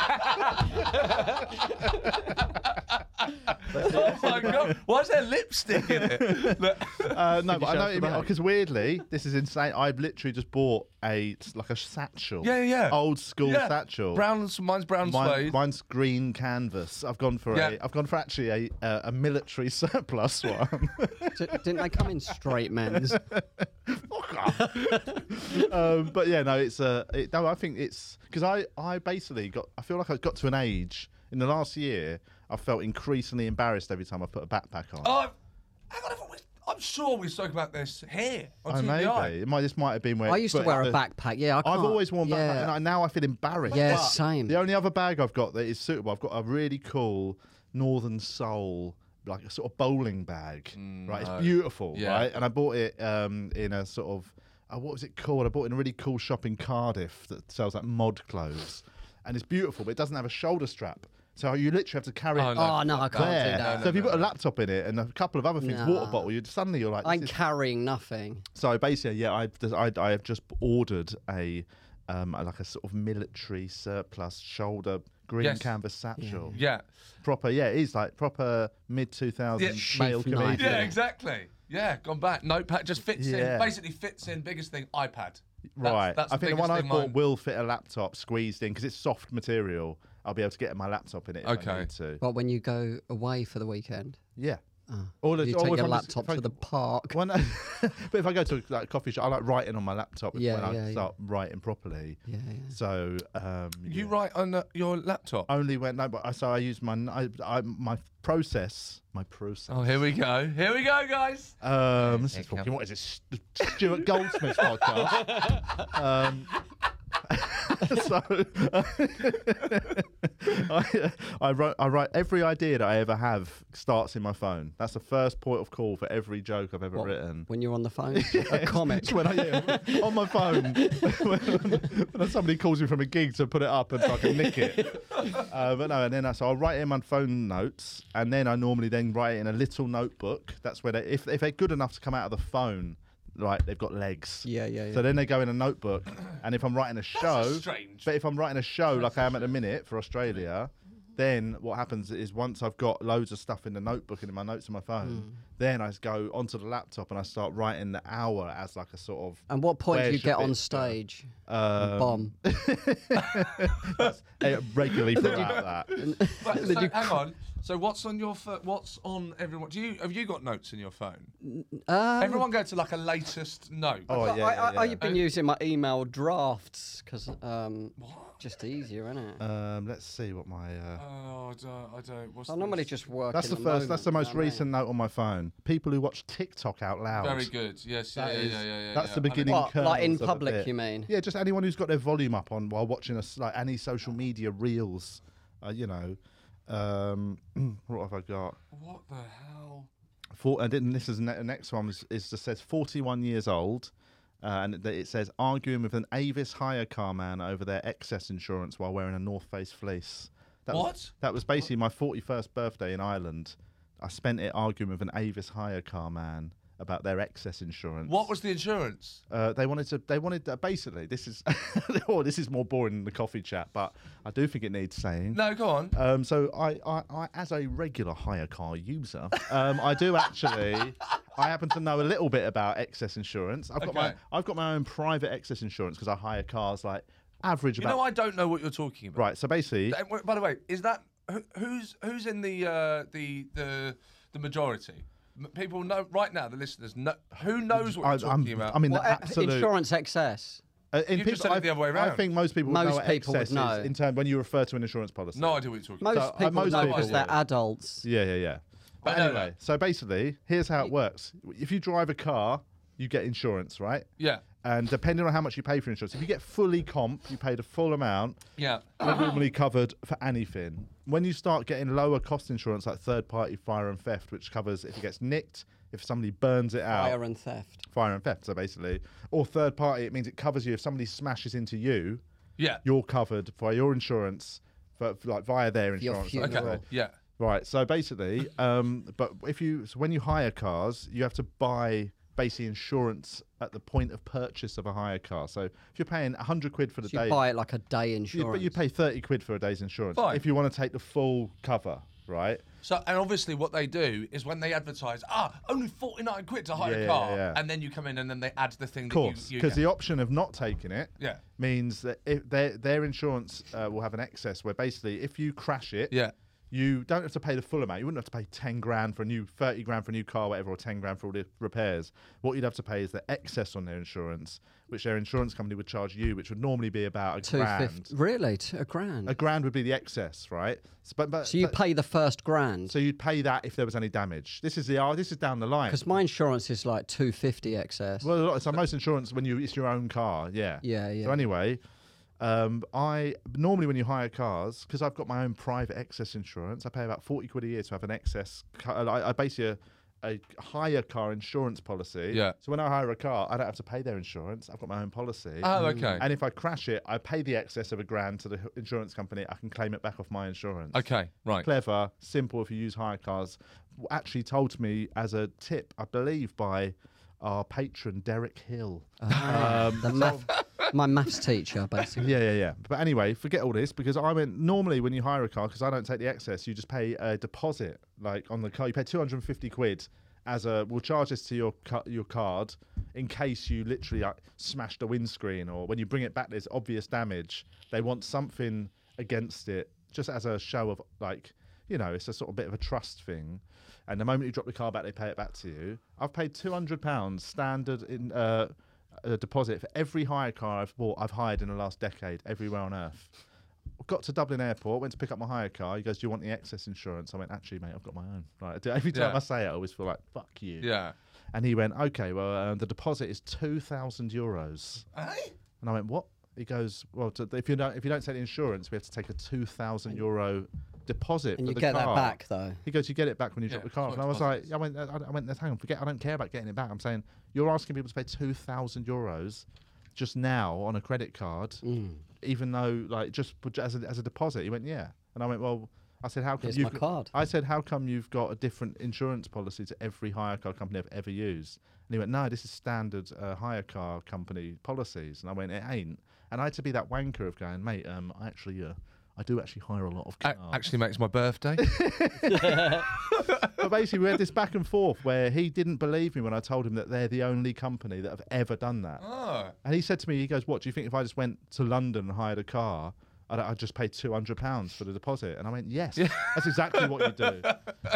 Speaker 7: oh my god! Why is there lipstick in it? Look. (laughs)
Speaker 5: Uh, no, but I
Speaker 10: show us
Speaker 5: know what you
Speaker 10: the
Speaker 5: mean
Speaker 10: bag?
Speaker 5: because weirdly, this is insane. I've literally just bought a like a satchel.
Speaker 7: yeah, yeah.
Speaker 5: Old school
Speaker 7: Yeah.
Speaker 5: satchel.
Speaker 7: Brown. Mine's brown
Speaker 5: Mine,
Speaker 7: suede.
Speaker 5: mine's green canvas. I've gone for
Speaker 7: Yeah.
Speaker 5: a. I've gone for actually a uh, a military (laughs) surplus one.
Speaker 7: (laughs)
Speaker 8: D- didn't they come in straight
Speaker 5: (laughs)
Speaker 8: men's?
Speaker 5: um, but yeah, no, it's a. It, no, I think it's because I I basically got. I feel like I got to an age in the last year. I felt increasingly embarrassed every time I put a backpack on.
Speaker 7: Oh, I've- hang on. I've- I'm sure we spoke about this here on
Speaker 5: I
Speaker 7: TVI.
Speaker 5: Oh, maybe it might. This might have been where
Speaker 8: I used to
Speaker 5: but
Speaker 8: wear a
Speaker 5: the-
Speaker 8: backpack. Yeah, I
Speaker 5: I've
Speaker 8: can't-
Speaker 5: always worn backpack,
Speaker 8: yeah.
Speaker 5: and I, now I feel embarrassed.
Speaker 8: Yeah,
Speaker 5: But
Speaker 8: same.
Speaker 5: The only other bag I've got that is suitable, I've got a really cool Northern Soul, like a sort of bowling bag. right, it's beautiful,
Speaker 7: Yeah.
Speaker 5: right? And I bought it um, in a sort of uh, what was it called? I bought it in a really cool shop in Cardiff that sells like mod clothes, and it's beautiful, but it doesn't have a shoulder strap. So you literally have to carry
Speaker 7: Oh,
Speaker 5: it
Speaker 7: no.
Speaker 8: Oh no, I can't
Speaker 5: there.
Speaker 8: do that.
Speaker 5: so if you put a laptop in it and a couple of other things, water bottle, you suddenly you're like,
Speaker 8: I'm
Speaker 5: this is
Speaker 8: carrying nothing.
Speaker 5: so basically, yeah, I've just- I, I have just ordered a um, like a sort of military surplus shoulder green
Speaker 7: Yes.
Speaker 5: canvas satchel.
Speaker 7: Yeah.
Speaker 5: Proper, yeah, he's like proper mid 2000s
Speaker 7: Yeah.
Speaker 5: male
Speaker 11: Chief
Speaker 5: comedian.
Speaker 11: knife.
Speaker 7: Yeah, exactly. Yeah, gone back. Notepad just fits
Speaker 5: Yeah.
Speaker 7: in. Basically fits in. Biggest thing, iPad. That's-
Speaker 5: Right.
Speaker 7: That's,
Speaker 5: I think the
Speaker 7: biggest
Speaker 5: one I
Speaker 7: thing
Speaker 5: bought
Speaker 7: mine-
Speaker 5: will fit a laptop squeezed in because it's soft material. I'll be able to get my laptop in it. If
Speaker 7: Okay.
Speaker 5: I need to.
Speaker 8: Well, when you go away for the weekend,
Speaker 5: yeah. All
Speaker 8: Ah. you take your laptop to
Speaker 5: (laughs)
Speaker 8: the park.
Speaker 5: Well, no, but if I go to like a coffee shop, I like writing on my laptop
Speaker 8: Yeah,
Speaker 5: when
Speaker 8: yeah,
Speaker 5: I
Speaker 8: yeah.
Speaker 5: start writing properly.
Speaker 8: Yeah, yeah.
Speaker 5: So um,
Speaker 7: You
Speaker 5: yeah.
Speaker 7: write on uh, your laptop.
Speaker 5: only when no, but I, so I use my I, I, my process, my process.
Speaker 7: Oh, here we go. Here we go,
Speaker 5: (laughs)
Speaker 7: guys.
Speaker 5: Um, this
Speaker 7: Here
Speaker 5: is
Speaker 7: come-
Speaker 5: fucking, what is this? St- Stuart Goldsmith's podcast. Um, (laughs) so (laughs) I, I wrote, I write every idea that I ever have starts in my phone. That's the first point of call for every joke I've ever
Speaker 8: What,
Speaker 5: written.
Speaker 8: (laughs)
Speaker 5: (laughs)
Speaker 8: when you're on the phone, a comic.
Speaker 5: When I, yeah, on my
Speaker 7: (laughs)
Speaker 5: phone, (laughs) when, when somebody calls me from a gig to put it up and so I can nick it. Uh, but no, and then I, so I'll write it in my phone notes, and then I normally then write it in a little notebook. That's where they, if, if they're good enough to come out of the phone, like they've got legs.
Speaker 8: Yeah, yeah,
Speaker 5: So
Speaker 8: yeah.
Speaker 5: then they go in a notebook, and if I'm writing a show,
Speaker 7: strange-
Speaker 5: but if I'm writing a show like I am at the minute for Australia, then what happens is once I've got loads of stuff in the notebook and in my notes on my phone,
Speaker 8: Hmm.
Speaker 5: then I just go onto the laptop and I start writing the hour as like a sort of.
Speaker 8: And what point
Speaker 5: where
Speaker 8: do you
Speaker 5: should
Speaker 8: get
Speaker 5: it go? (laughs)
Speaker 8: on stage?
Speaker 5: Um,
Speaker 8: and
Speaker 5: (laughs)
Speaker 8: bomb.
Speaker 5: That's eh,
Speaker 8: (laughs)
Speaker 5: regularly throughout that.
Speaker 7: Right, so, hang on. So what's on your pho- what's on everyone? Do you have you got notes in your phone? everyone go to like a latest note.
Speaker 5: um, Oh yeah,
Speaker 8: I, I,
Speaker 5: yeah, yeah.
Speaker 8: I've been using my email drafts because um, just easier, isn't it?
Speaker 5: Um, let's see what my. Uh,
Speaker 7: Oh, I don't. I don't. What's
Speaker 8: I
Speaker 7: the-
Speaker 8: normally just work.
Speaker 5: that's
Speaker 8: in
Speaker 5: the first. That's the
Speaker 8: moment, you
Speaker 5: most
Speaker 8: know what I mean?
Speaker 5: recent note on my phone. People who watch TikTok out loud.
Speaker 7: Very good. Yes. Yeah,
Speaker 5: That
Speaker 7: yeah,
Speaker 5: is-
Speaker 7: yeah, yeah, yeah.
Speaker 5: That's
Speaker 7: yeah.
Speaker 5: the
Speaker 7: I mean,
Speaker 5: beginning.
Speaker 8: What, like in
Speaker 5: kernels of a
Speaker 8: public,
Speaker 5: bit.
Speaker 8: you mean?
Speaker 5: Yeah, just anyone who's got their volume up on while watching us, like any social media reels, uh, you know. Um, (clears throat) what have I got?
Speaker 7: what the hell?
Speaker 5: Four, and then this is ne- next one is, is just says 41 years old, uh, and it, it says arguing with an Avis hire car man over their excess insurance while wearing a North Face fleece. That Was,
Speaker 7: What?
Speaker 5: that was basically my 41st birthday in Ireland. I spent it arguing with an Avis hire car man about their excess insurance.
Speaker 7: What was the insurance?
Speaker 5: Uh, they wanted to. They wanted uh, basically. This is. (laughs) oh, this is more boring than the coffee chat, but I do think it needs saying.
Speaker 7: No, go on.
Speaker 5: Um, so I, I, I, as a regular hire car user, um, I do actually.
Speaker 7: (laughs)
Speaker 5: I happen to know a little bit about excess insurance. I've got my.
Speaker 7: Okay.
Speaker 5: I've got my own private excess insurance because I hire cars like average
Speaker 7: you
Speaker 5: about.
Speaker 7: know, I don't know what you're talking about.
Speaker 5: right. So basically,
Speaker 7: Uh, wait, By the way, is that who, who's who's in the uh, the the the majority? M- People know right now. The listeners know who knows what
Speaker 5: I,
Speaker 7: you're talking
Speaker 5: I'm.
Speaker 7: about.
Speaker 5: I mean,
Speaker 8: Well,
Speaker 5: the
Speaker 8: uh,
Speaker 5: absolute.
Speaker 8: Insurance excess.
Speaker 5: uh, in
Speaker 7: You just said it
Speaker 5: I-
Speaker 7: the other way
Speaker 5: I
Speaker 7: round.
Speaker 5: think most people. would
Speaker 8: Most
Speaker 5: know what
Speaker 8: people would
Speaker 5: excess is
Speaker 8: know.
Speaker 5: in term when you refer to an insurance policy.
Speaker 7: no idea what you're talking
Speaker 8: Most
Speaker 7: about.
Speaker 5: uh,
Speaker 8: people
Speaker 5: most
Speaker 8: know
Speaker 5: people
Speaker 8: because they're
Speaker 5: would.
Speaker 8: adults.
Speaker 5: Yeah, yeah, yeah. But
Speaker 7: know
Speaker 5: anyway, so basically, here's how it works. If you drive a car, you get insurance, right?
Speaker 7: Yeah.
Speaker 5: And depending on how much you pay for insurance, if you get fully comp, you pay the full amount,
Speaker 7: Yeah.
Speaker 5: you're normally covered for anything. When you start getting lower cost insurance, like third party fire and theft, which covers if it gets nicked, if somebody burns it out,
Speaker 8: Fire and theft.
Speaker 5: fire and theft, so basically, or third party, it means it covers you if somebody smashes into you,
Speaker 7: Yeah.
Speaker 5: you're covered by your insurance, for, like via their
Speaker 8: your
Speaker 5: insurance.
Speaker 8: funeral.
Speaker 5: like,
Speaker 7: Okay.
Speaker 8: Right.
Speaker 7: Yeah.
Speaker 5: Right. So basically, um, but if you so when you hire cars, you have to buy basically insurance at the point of purchase of a hire car. So if you're paying hundred quid for the
Speaker 8: So
Speaker 5: day,
Speaker 8: you buy it like a day
Speaker 5: you,
Speaker 8: insurance.
Speaker 5: but you pay thirty quid for a day's insurance
Speaker 7: Fine.
Speaker 5: if you want to take the full cover, right?
Speaker 7: So, and obviously, what they do is when they advertise, ah, only 49 quid to hire
Speaker 5: Yeah, yeah,
Speaker 7: a car,
Speaker 5: yeah.
Speaker 7: and then you come in and then they add the thing
Speaker 5: Of course,
Speaker 7: that you.
Speaker 5: because the option of not taking it
Speaker 7: Yeah.
Speaker 5: means that if their their insurance uh, will have an excess where basically if you crash it,
Speaker 7: Yeah.
Speaker 5: you don't have to pay the full amount. You wouldn't have to pay ten grand for a new thirty grand for a new car, whatever, or ten grand for all the repairs. What you'd have to pay is the excess on their insurance, which their insurance company would charge you, which would normally be about a
Speaker 8: Two
Speaker 5: grand.
Speaker 8: fifty. Really, T- a grand.
Speaker 5: A grand would be the excess, right? So, but, but
Speaker 8: so you
Speaker 5: but-
Speaker 8: pay the first grand.
Speaker 5: so you'd pay that if there was any damage. This is the oh, this is down the line.
Speaker 8: Because my insurance is like two fifty excess.
Speaker 5: Well, a lot, so most insurance when you it's your own car, yeah.
Speaker 8: Yeah, yeah.
Speaker 5: So anyway, um, I normally when you hire cars because I've got my own private excess insurance, I pay about forty quid a year to have an excess. Car, I, I basically a, a hire car insurance policy.
Speaker 7: Yeah.
Speaker 5: So when I hire a car, I don't have to pay their insurance. I've got my own policy.
Speaker 7: Oh, okay.
Speaker 5: And if I crash it, I pay the excess of a grand to the h- insurance company. I can claim it back off my insurance
Speaker 7: okay, right.
Speaker 5: clever, simple if you use hire cars. W- Actually, told to me as a tip, I believe, by our patron Derek Hill. Um,
Speaker 8: the math, my maths teacher, basically.
Speaker 5: Yeah, yeah, yeah. But anyway, forget all this because I went normally when you hire a car because I don't take the excess. You just pay a deposit like on the car. You pay two hundred and fifty quid as a. We'll charge this to your ca- your card in case you literally like, smashed a windscreen or when you bring it back, there's obvious damage. They want something against it just as a show of like you know, it's a sort of bit of a trust thing. And the moment you drop the car back, they pay it back to you. I've paid two hundred pounds standard in uh, a deposit for every hire car I've bought, I've hired in the last decade, everywhere on earth. Got to Dublin Airport, went to pick up my hire car. He goes, "Do you want the excess insurance?" I went, "Actually, mate, I've got my own." Right. I do- (laughs) Every time
Speaker 7: Yeah.
Speaker 5: I say it, I always feel like, "Fuck you."
Speaker 7: Yeah.
Speaker 5: And he went, "Okay, well, uh, the deposit is two thousand euros." And I went, "What?" He goes, "Well, to, if you don't if you don't take the insurance, we have to take a two thousand euro deposit
Speaker 8: And
Speaker 5: for
Speaker 8: you
Speaker 5: the
Speaker 8: get that
Speaker 5: car."
Speaker 8: back, though.
Speaker 5: He goes, "You get it back when you drop
Speaker 7: Yeah,
Speaker 5: the car."
Speaker 7: it's
Speaker 5: And
Speaker 7: like
Speaker 5: I was like,
Speaker 7: deposits.
Speaker 5: "I went, I, I went, hang on, forget. I don't care about getting it back. I'm saying you're asking people to pay two thousand euros just now on a credit card,
Speaker 8: Mm.
Speaker 5: even though like just put- as a, as a deposit." He went, "Yeah," and I went, "Well." I said, "How come
Speaker 8: Here's
Speaker 5: you
Speaker 8: my card."
Speaker 5: I said, "How come you've got a different insurance policy to every hire car company I've ever used?" And he went, "No, this is standard uh, hire car company policies." And I went, "It ain't." And I had to be that wanker of going, "Mate, um, I actually, uh, I do actually hire a lot of cars."
Speaker 7: A-
Speaker 8: Oh.
Speaker 7: actually, mate, it's
Speaker 5: (laughs)
Speaker 7: my birthday.
Speaker 5: but basically, we had this back and forth where he didn't believe me when I told him that they're the only company that have ever done that.
Speaker 7: oh,
Speaker 5: And he said to me, he goes, "What do you think if I just went to London and hired a car?" I'd, I'd just pay two hundred pounds for the deposit, and I went, "Yes, that's exactly what you do."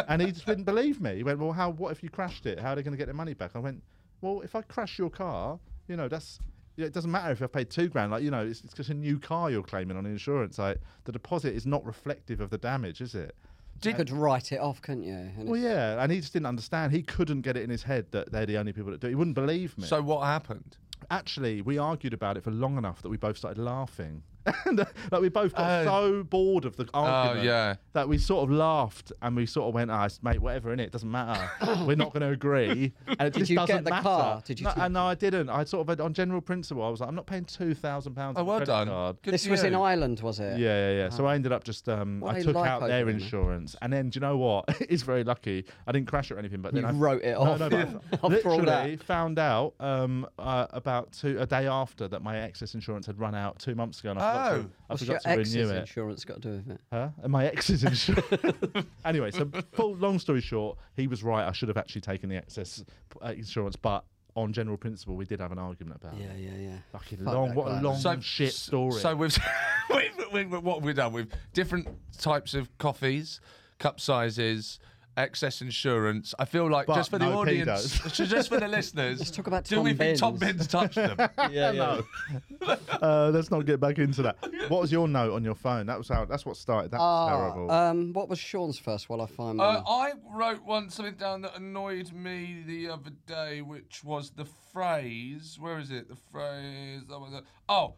Speaker 5: And he just didn't believe me. He went, "Well, how? What if you crashed it? How are they going to get their money back?" I went, "Well, if I crash your car, you know, that's yeah, it doesn't matter if I've paid two grand. Like, you know, it's, it's just a new car you're claiming on insurance. Like, the deposit is not reflective of the damage, is it?"
Speaker 8: You could write it off, couldn't you? And
Speaker 5: Well,
Speaker 8: it's-
Speaker 5: yeah, and he just didn't understand. He couldn't get it in his head that they're the only people that do it. He wouldn't believe me.
Speaker 7: so what happened?
Speaker 5: actually, we argued about it for long enough that we both started laughing. (laughs) and uh, like we both got
Speaker 8: Oh.
Speaker 5: so bored of the argument
Speaker 7: yeah.
Speaker 5: that we sort of laughed and we sort of went, ah, mate, whatever, in it doesn't
Speaker 8: (coughs)
Speaker 5: matter. We're not going to agree." And it just
Speaker 8: you get
Speaker 5: doesn't
Speaker 8: the
Speaker 5: matter.
Speaker 8: car? Did you
Speaker 5: No,
Speaker 8: keep-
Speaker 5: uh, no, I didn't. I sort of on general principle, I was like, "I'm not paying two thousand pounds."
Speaker 7: Oh, well done. Good
Speaker 8: This
Speaker 7: for
Speaker 8: was in
Speaker 7: you.
Speaker 8: Ireland, was it? Uh-huh.
Speaker 5: Yeah, yeah, yeah. So I ended up just um,
Speaker 8: What
Speaker 5: I
Speaker 8: they
Speaker 5: took
Speaker 8: like
Speaker 5: out
Speaker 8: over
Speaker 5: their
Speaker 8: there, mate.
Speaker 5: insurance, and then do you know what? (laughs) it's very lucky I didn't crash it or anything. But then
Speaker 8: You
Speaker 5: I
Speaker 8: wrote it
Speaker 5: No,
Speaker 8: off. (laughs)
Speaker 5: No, but I
Speaker 8: After all that.
Speaker 5: literally found out um, uh, about two a day after that my excess insurance had run out two months ago, and I forgot
Speaker 7: Oh.
Speaker 5: to, I
Speaker 8: What's
Speaker 5: forgot
Speaker 8: your
Speaker 5: to
Speaker 8: ex's
Speaker 5: renew it.
Speaker 8: insurance got to do with it?
Speaker 5: Huh? And my ex's insurance.
Speaker 8: (laughs)
Speaker 5: (laughs) anyway, so full, long story short, he was right. I should have actually taken the excess uh, insurance, but on general principle, we did have an argument about
Speaker 8: Yeah,
Speaker 5: it.
Speaker 8: yeah, yeah.
Speaker 5: Fucking
Speaker 8: Fuck
Speaker 5: long,
Speaker 8: that
Speaker 5: what
Speaker 8: guy,
Speaker 5: a
Speaker 8: man.
Speaker 5: long
Speaker 7: So
Speaker 5: shit story.
Speaker 7: So we've, (laughs) we've, we've what have we done? We've different types of coffees, cup sizes. Excess insurance. I feel like
Speaker 5: But
Speaker 7: just for the
Speaker 5: no
Speaker 7: audience, (laughs) just for the listeners.
Speaker 8: Let's talk about
Speaker 7: do
Speaker 8: Tom
Speaker 7: we think Tom
Speaker 8: Binns.
Speaker 7: Bins
Speaker 5: (laughs)
Speaker 7: touched them?
Speaker 8: Yeah, yeah.
Speaker 5: uh, let's not get back into that. What was your note on your phone? That was how. That's what started. That was terrible.
Speaker 8: Um, what was Sean's first while I find
Speaker 7: Uh,
Speaker 8: mine?
Speaker 7: I wrote one something down that annoyed me the other day, which was the phrase. Where is it? The phrase. Oh, was it- oh,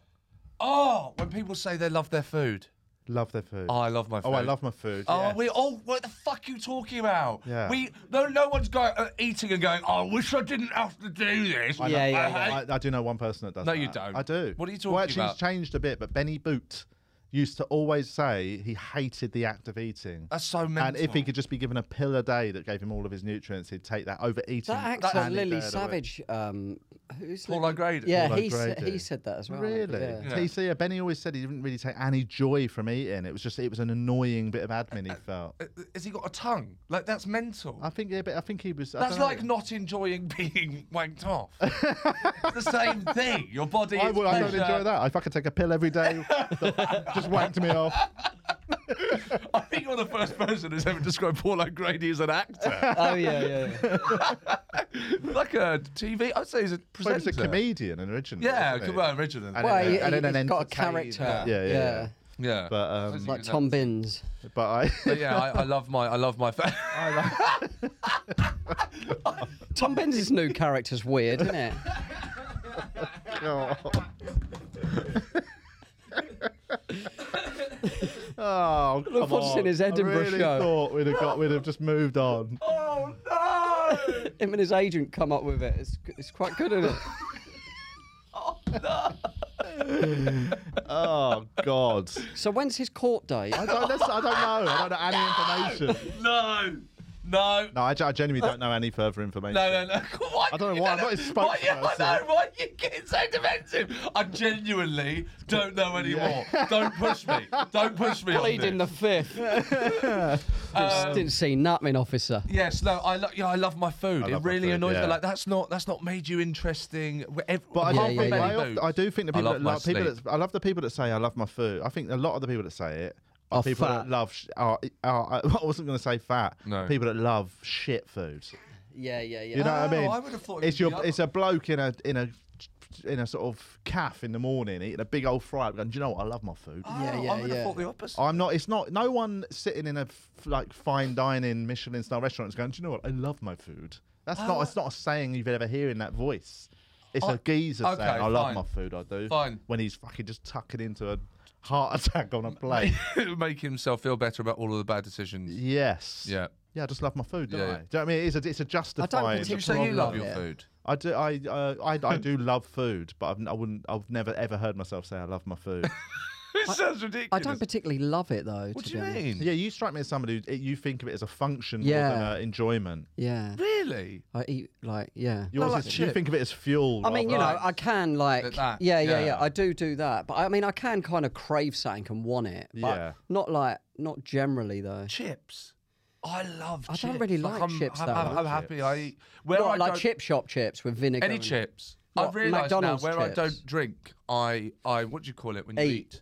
Speaker 7: oh, when people say they love their food.
Speaker 5: love their food.
Speaker 7: Oh, I love my food.
Speaker 5: Oh, I love my food.
Speaker 7: Oh,
Speaker 5: yeah.
Speaker 7: we all. What the fuck are you talking about?
Speaker 5: Yeah.
Speaker 7: We no, no one's going uh, eating and going. I wish I didn't have to do this.
Speaker 8: know. Yeah, yeah, yeah.
Speaker 7: hate-
Speaker 5: I, I do know one person that does.
Speaker 7: No,
Speaker 5: that.
Speaker 7: you don't.
Speaker 5: I do.
Speaker 7: What are you
Speaker 5: Well,
Speaker 7: talking
Speaker 5: actually,
Speaker 7: about?
Speaker 5: it's changed a bit, but Benny Boot used to always say he hated the act of eating.
Speaker 7: That's so mental.
Speaker 5: and if he could just be given a pill a day that gave him all of his nutrients, he'd take that overeating.
Speaker 8: that actor
Speaker 5: and eat
Speaker 8: Lily
Speaker 5: that away.
Speaker 8: Savage, um, who's
Speaker 7: Paul
Speaker 8: Lily-
Speaker 7: O'Grady.
Speaker 8: Yeah,
Speaker 5: Paul
Speaker 8: he, sa-
Speaker 5: O'Grady.
Speaker 8: he said that as well. I think,
Speaker 5: Really?
Speaker 8: yeah.
Speaker 5: (laughs)
Speaker 7: Yeah.
Speaker 5: Yeah. So yeah, Benny always said he didn't really take any joy from eating. It was just it was an annoying bit of admin he felt.
Speaker 7: Uh, has he got a tongue? Like that's mental.
Speaker 5: I think yeah, but I think he was. I
Speaker 7: That's
Speaker 5: don't know.
Speaker 7: like not enjoying (laughs) being
Speaker 5: (laughs)
Speaker 7: wanked off. it's the same thing. Your body.
Speaker 5: I,
Speaker 7: is
Speaker 5: would, I don't
Speaker 7: pleasure.
Speaker 5: enjoy that. If I could take a pill every day,
Speaker 7: (laughs)
Speaker 5: that just whacked me off.
Speaker 7: I think you're the first person who's ever described Paul O'Grady as
Speaker 5: (laughs)
Speaker 7: an actor,
Speaker 8: Oh yeah, yeah. yeah.
Speaker 7: like a TV. I'd say he's a
Speaker 5: Well, he
Speaker 7: presenter.
Speaker 5: was a comedian originally.
Speaker 7: Yeah,
Speaker 5: wasn't he?
Speaker 7: well, originally.
Speaker 5: And
Speaker 8: well,
Speaker 5: then-
Speaker 8: he,
Speaker 5: and then
Speaker 8: he-
Speaker 5: an
Speaker 8: he's got a
Speaker 5: entertainer.
Speaker 8: character.
Speaker 5: Yeah, yeah, yeah.
Speaker 7: yeah.
Speaker 5: But um,
Speaker 8: Like Tom Binns.
Speaker 5: but I.
Speaker 7: (laughs) But yeah, I, I love my I love my fa- (laughs)
Speaker 8: Tom Binns' new character's weird, isn't it?
Speaker 5: (laughs) Oh.
Speaker 7: (laughs)
Speaker 5: oh, come
Speaker 8: what's
Speaker 5: on.
Speaker 8: in his Edinburgh
Speaker 5: I really
Speaker 8: show.
Speaker 5: thought we'd have got, we'd have just moved on.
Speaker 7: Oh no!
Speaker 8: Him and his agent come up with it. It's, it's quite good, isn't it?
Speaker 5: Oh God.
Speaker 8: So when's his court date?
Speaker 5: I don't, that's- I don't know. I don't know any information.
Speaker 7: (laughs) No! No.
Speaker 5: No, I, ge- I genuinely don't know any further information.
Speaker 7: No, no, no. (laughs) Why,
Speaker 5: I don't know
Speaker 7: you
Speaker 5: why, I'm not his
Speaker 7: Why, you- I
Speaker 5: spokesperson.
Speaker 7: know, why are you getting so defensive? I genuinely don't know anymore. Don't push me.
Speaker 5: (laughs)
Speaker 7: Don't push me. on
Speaker 6: Plead in the
Speaker 7: this.
Speaker 6: fifth.
Speaker 7: (laughs) Um,
Speaker 8: Didn't see nothing, officer.
Speaker 7: Yes, no, I lo- yeah, I love my food.
Speaker 5: I
Speaker 7: it
Speaker 5: love my
Speaker 7: really
Speaker 5: food,
Speaker 7: annoys
Speaker 5: yeah.
Speaker 7: me. Like that's not that's not made you interesting. Wh- ev-
Speaker 5: But I,
Speaker 7: apart
Speaker 5: do
Speaker 7: from
Speaker 5: think,
Speaker 7: many
Speaker 5: I, oft-
Speaker 7: foods.
Speaker 5: I do think the people
Speaker 7: I love
Speaker 5: that
Speaker 7: my
Speaker 5: love people
Speaker 7: sleep.
Speaker 5: that, I love the people that say I love my food. I think a lot of the people that say it are,
Speaker 8: Are
Speaker 5: people
Speaker 8: fat.
Speaker 5: that love. Sh- are, are, (laughs) I wasn't going to say fat.
Speaker 7: No.
Speaker 5: People that love shit food.
Speaker 8: Yeah, yeah, yeah.
Speaker 5: You know what I
Speaker 7: Oh,
Speaker 5: mean?
Speaker 7: I would've thought it
Speaker 5: it's
Speaker 7: was the
Speaker 5: your
Speaker 7: other-
Speaker 5: it's a bloke in a in a in a sort of calf in the morning eating a big old fry up going, Do you know what? I love my food.
Speaker 7: Oh,
Speaker 8: Yeah, yeah,
Speaker 7: I would have
Speaker 8: yeah.
Speaker 7: thought the (laughs) opposite.
Speaker 5: I'm not. It's not. No one sitting in a f- like fine dining Michelin star restaurant is going. Do you know what? I love my food. That's
Speaker 7: Oh.
Speaker 5: not. It's not a saying you'd ever hear in that voice. It's a
Speaker 7: I-
Speaker 5: geezer
Speaker 7: Oh, okay,
Speaker 5: saying. I love
Speaker 7: fine.
Speaker 5: my food. I do.
Speaker 7: Fine.
Speaker 5: When he's fucking just tucking into a heart (laughs) attack on a
Speaker 7: (laughs)
Speaker 5: plate.
Speaker 7: It would Make himself feel better about all of the bad decisions.
Speaker 5: yes.
Speaker 7: Yeah.
Speaker 5: Yeah. I just love my food. Don't
Speaker 7: Yeah,
Speaker 5: I?
Speaker 7: yeah.
Speaker 5: Do you know what I mean? It's a. It's a justified.
Speaker 7: Did you
Speaker 8: particularly-
Speaker 7: say you love
Speaker 8: problem,
Speaker 7: your
Speaker 8: yeah.
Speaker 7: food?
Speaker 5: I do. I. Uh, I.
Speaker 7: (laughs)
Speaker 5: I do love food, but I've, n- I wouldn't. I've never ever heard myself say I love my
Speaker 7: (laughs)
Speaker 5: food.
Speaker 7: It sounds ridiculous.
Speaker 8: I don't particularly love it though.
Speaker 7: What
Speaker 8: to
Speaker 7: do you
Speaker 8: be honest.
Speaker 7: mean?
Speaker 5: yeah. You strike me as somebody who you think of it as a function more than
Speaker 8: Yeah.
Speaker 5: uh, enjoyment.
Speaker 8: Yeah,
Speaker 7: Really?
Speaker 8: I eat like yeah.
Speaker 5: You,
Speaker 7: Not
Speaker 5: always-
Speaker 7: like
Speaker 5: you
Speaker 7: chip.
Speaker 5: think of it as fuel.
Speaker 8: I mean,
Speaker 5: rather
Speaker 8: you
Speaker 5: than-
Speaker 8: know, I can like,
Speaker 7: Like that,
Speaker 8: yeah, yeah,
Speaker 7: yeah.
Speaker 8: yeah, I do do that, but I mean, I can kind of crave something and want it, but
Speaker 5: Yeah.
Speaker 8: not like, not generally though.
Speaker 7: Chips. I love
Speaker 8: I
Speaker 7: chips.
Speaker 8: don't really like
Speaker 7: I'm,
Speaker 8: chips,
Speaker 7: I'm,
Speaker 8: though.
Speaker 7: I'm, I'm
Speaker 5: Love
Speaker 7: happy. I eat. Where
Speaker 8: Not
Speaker 7: I
Speaker 8: like
Speaker 7: don't-
Speaker 8: chip shop chips with vinegar.
Speaker 7: Any
Speaker 8: and-
Speaker 7: chips. I've
Speaker 8: What,
Speaker 7: realised now
Speaker 8: McDonald's
Speaker 7: where I
Speaker 8: chips?
Speaker 7: don't drink, I, I what do you call it when you eat?
Speaker 8: Eat.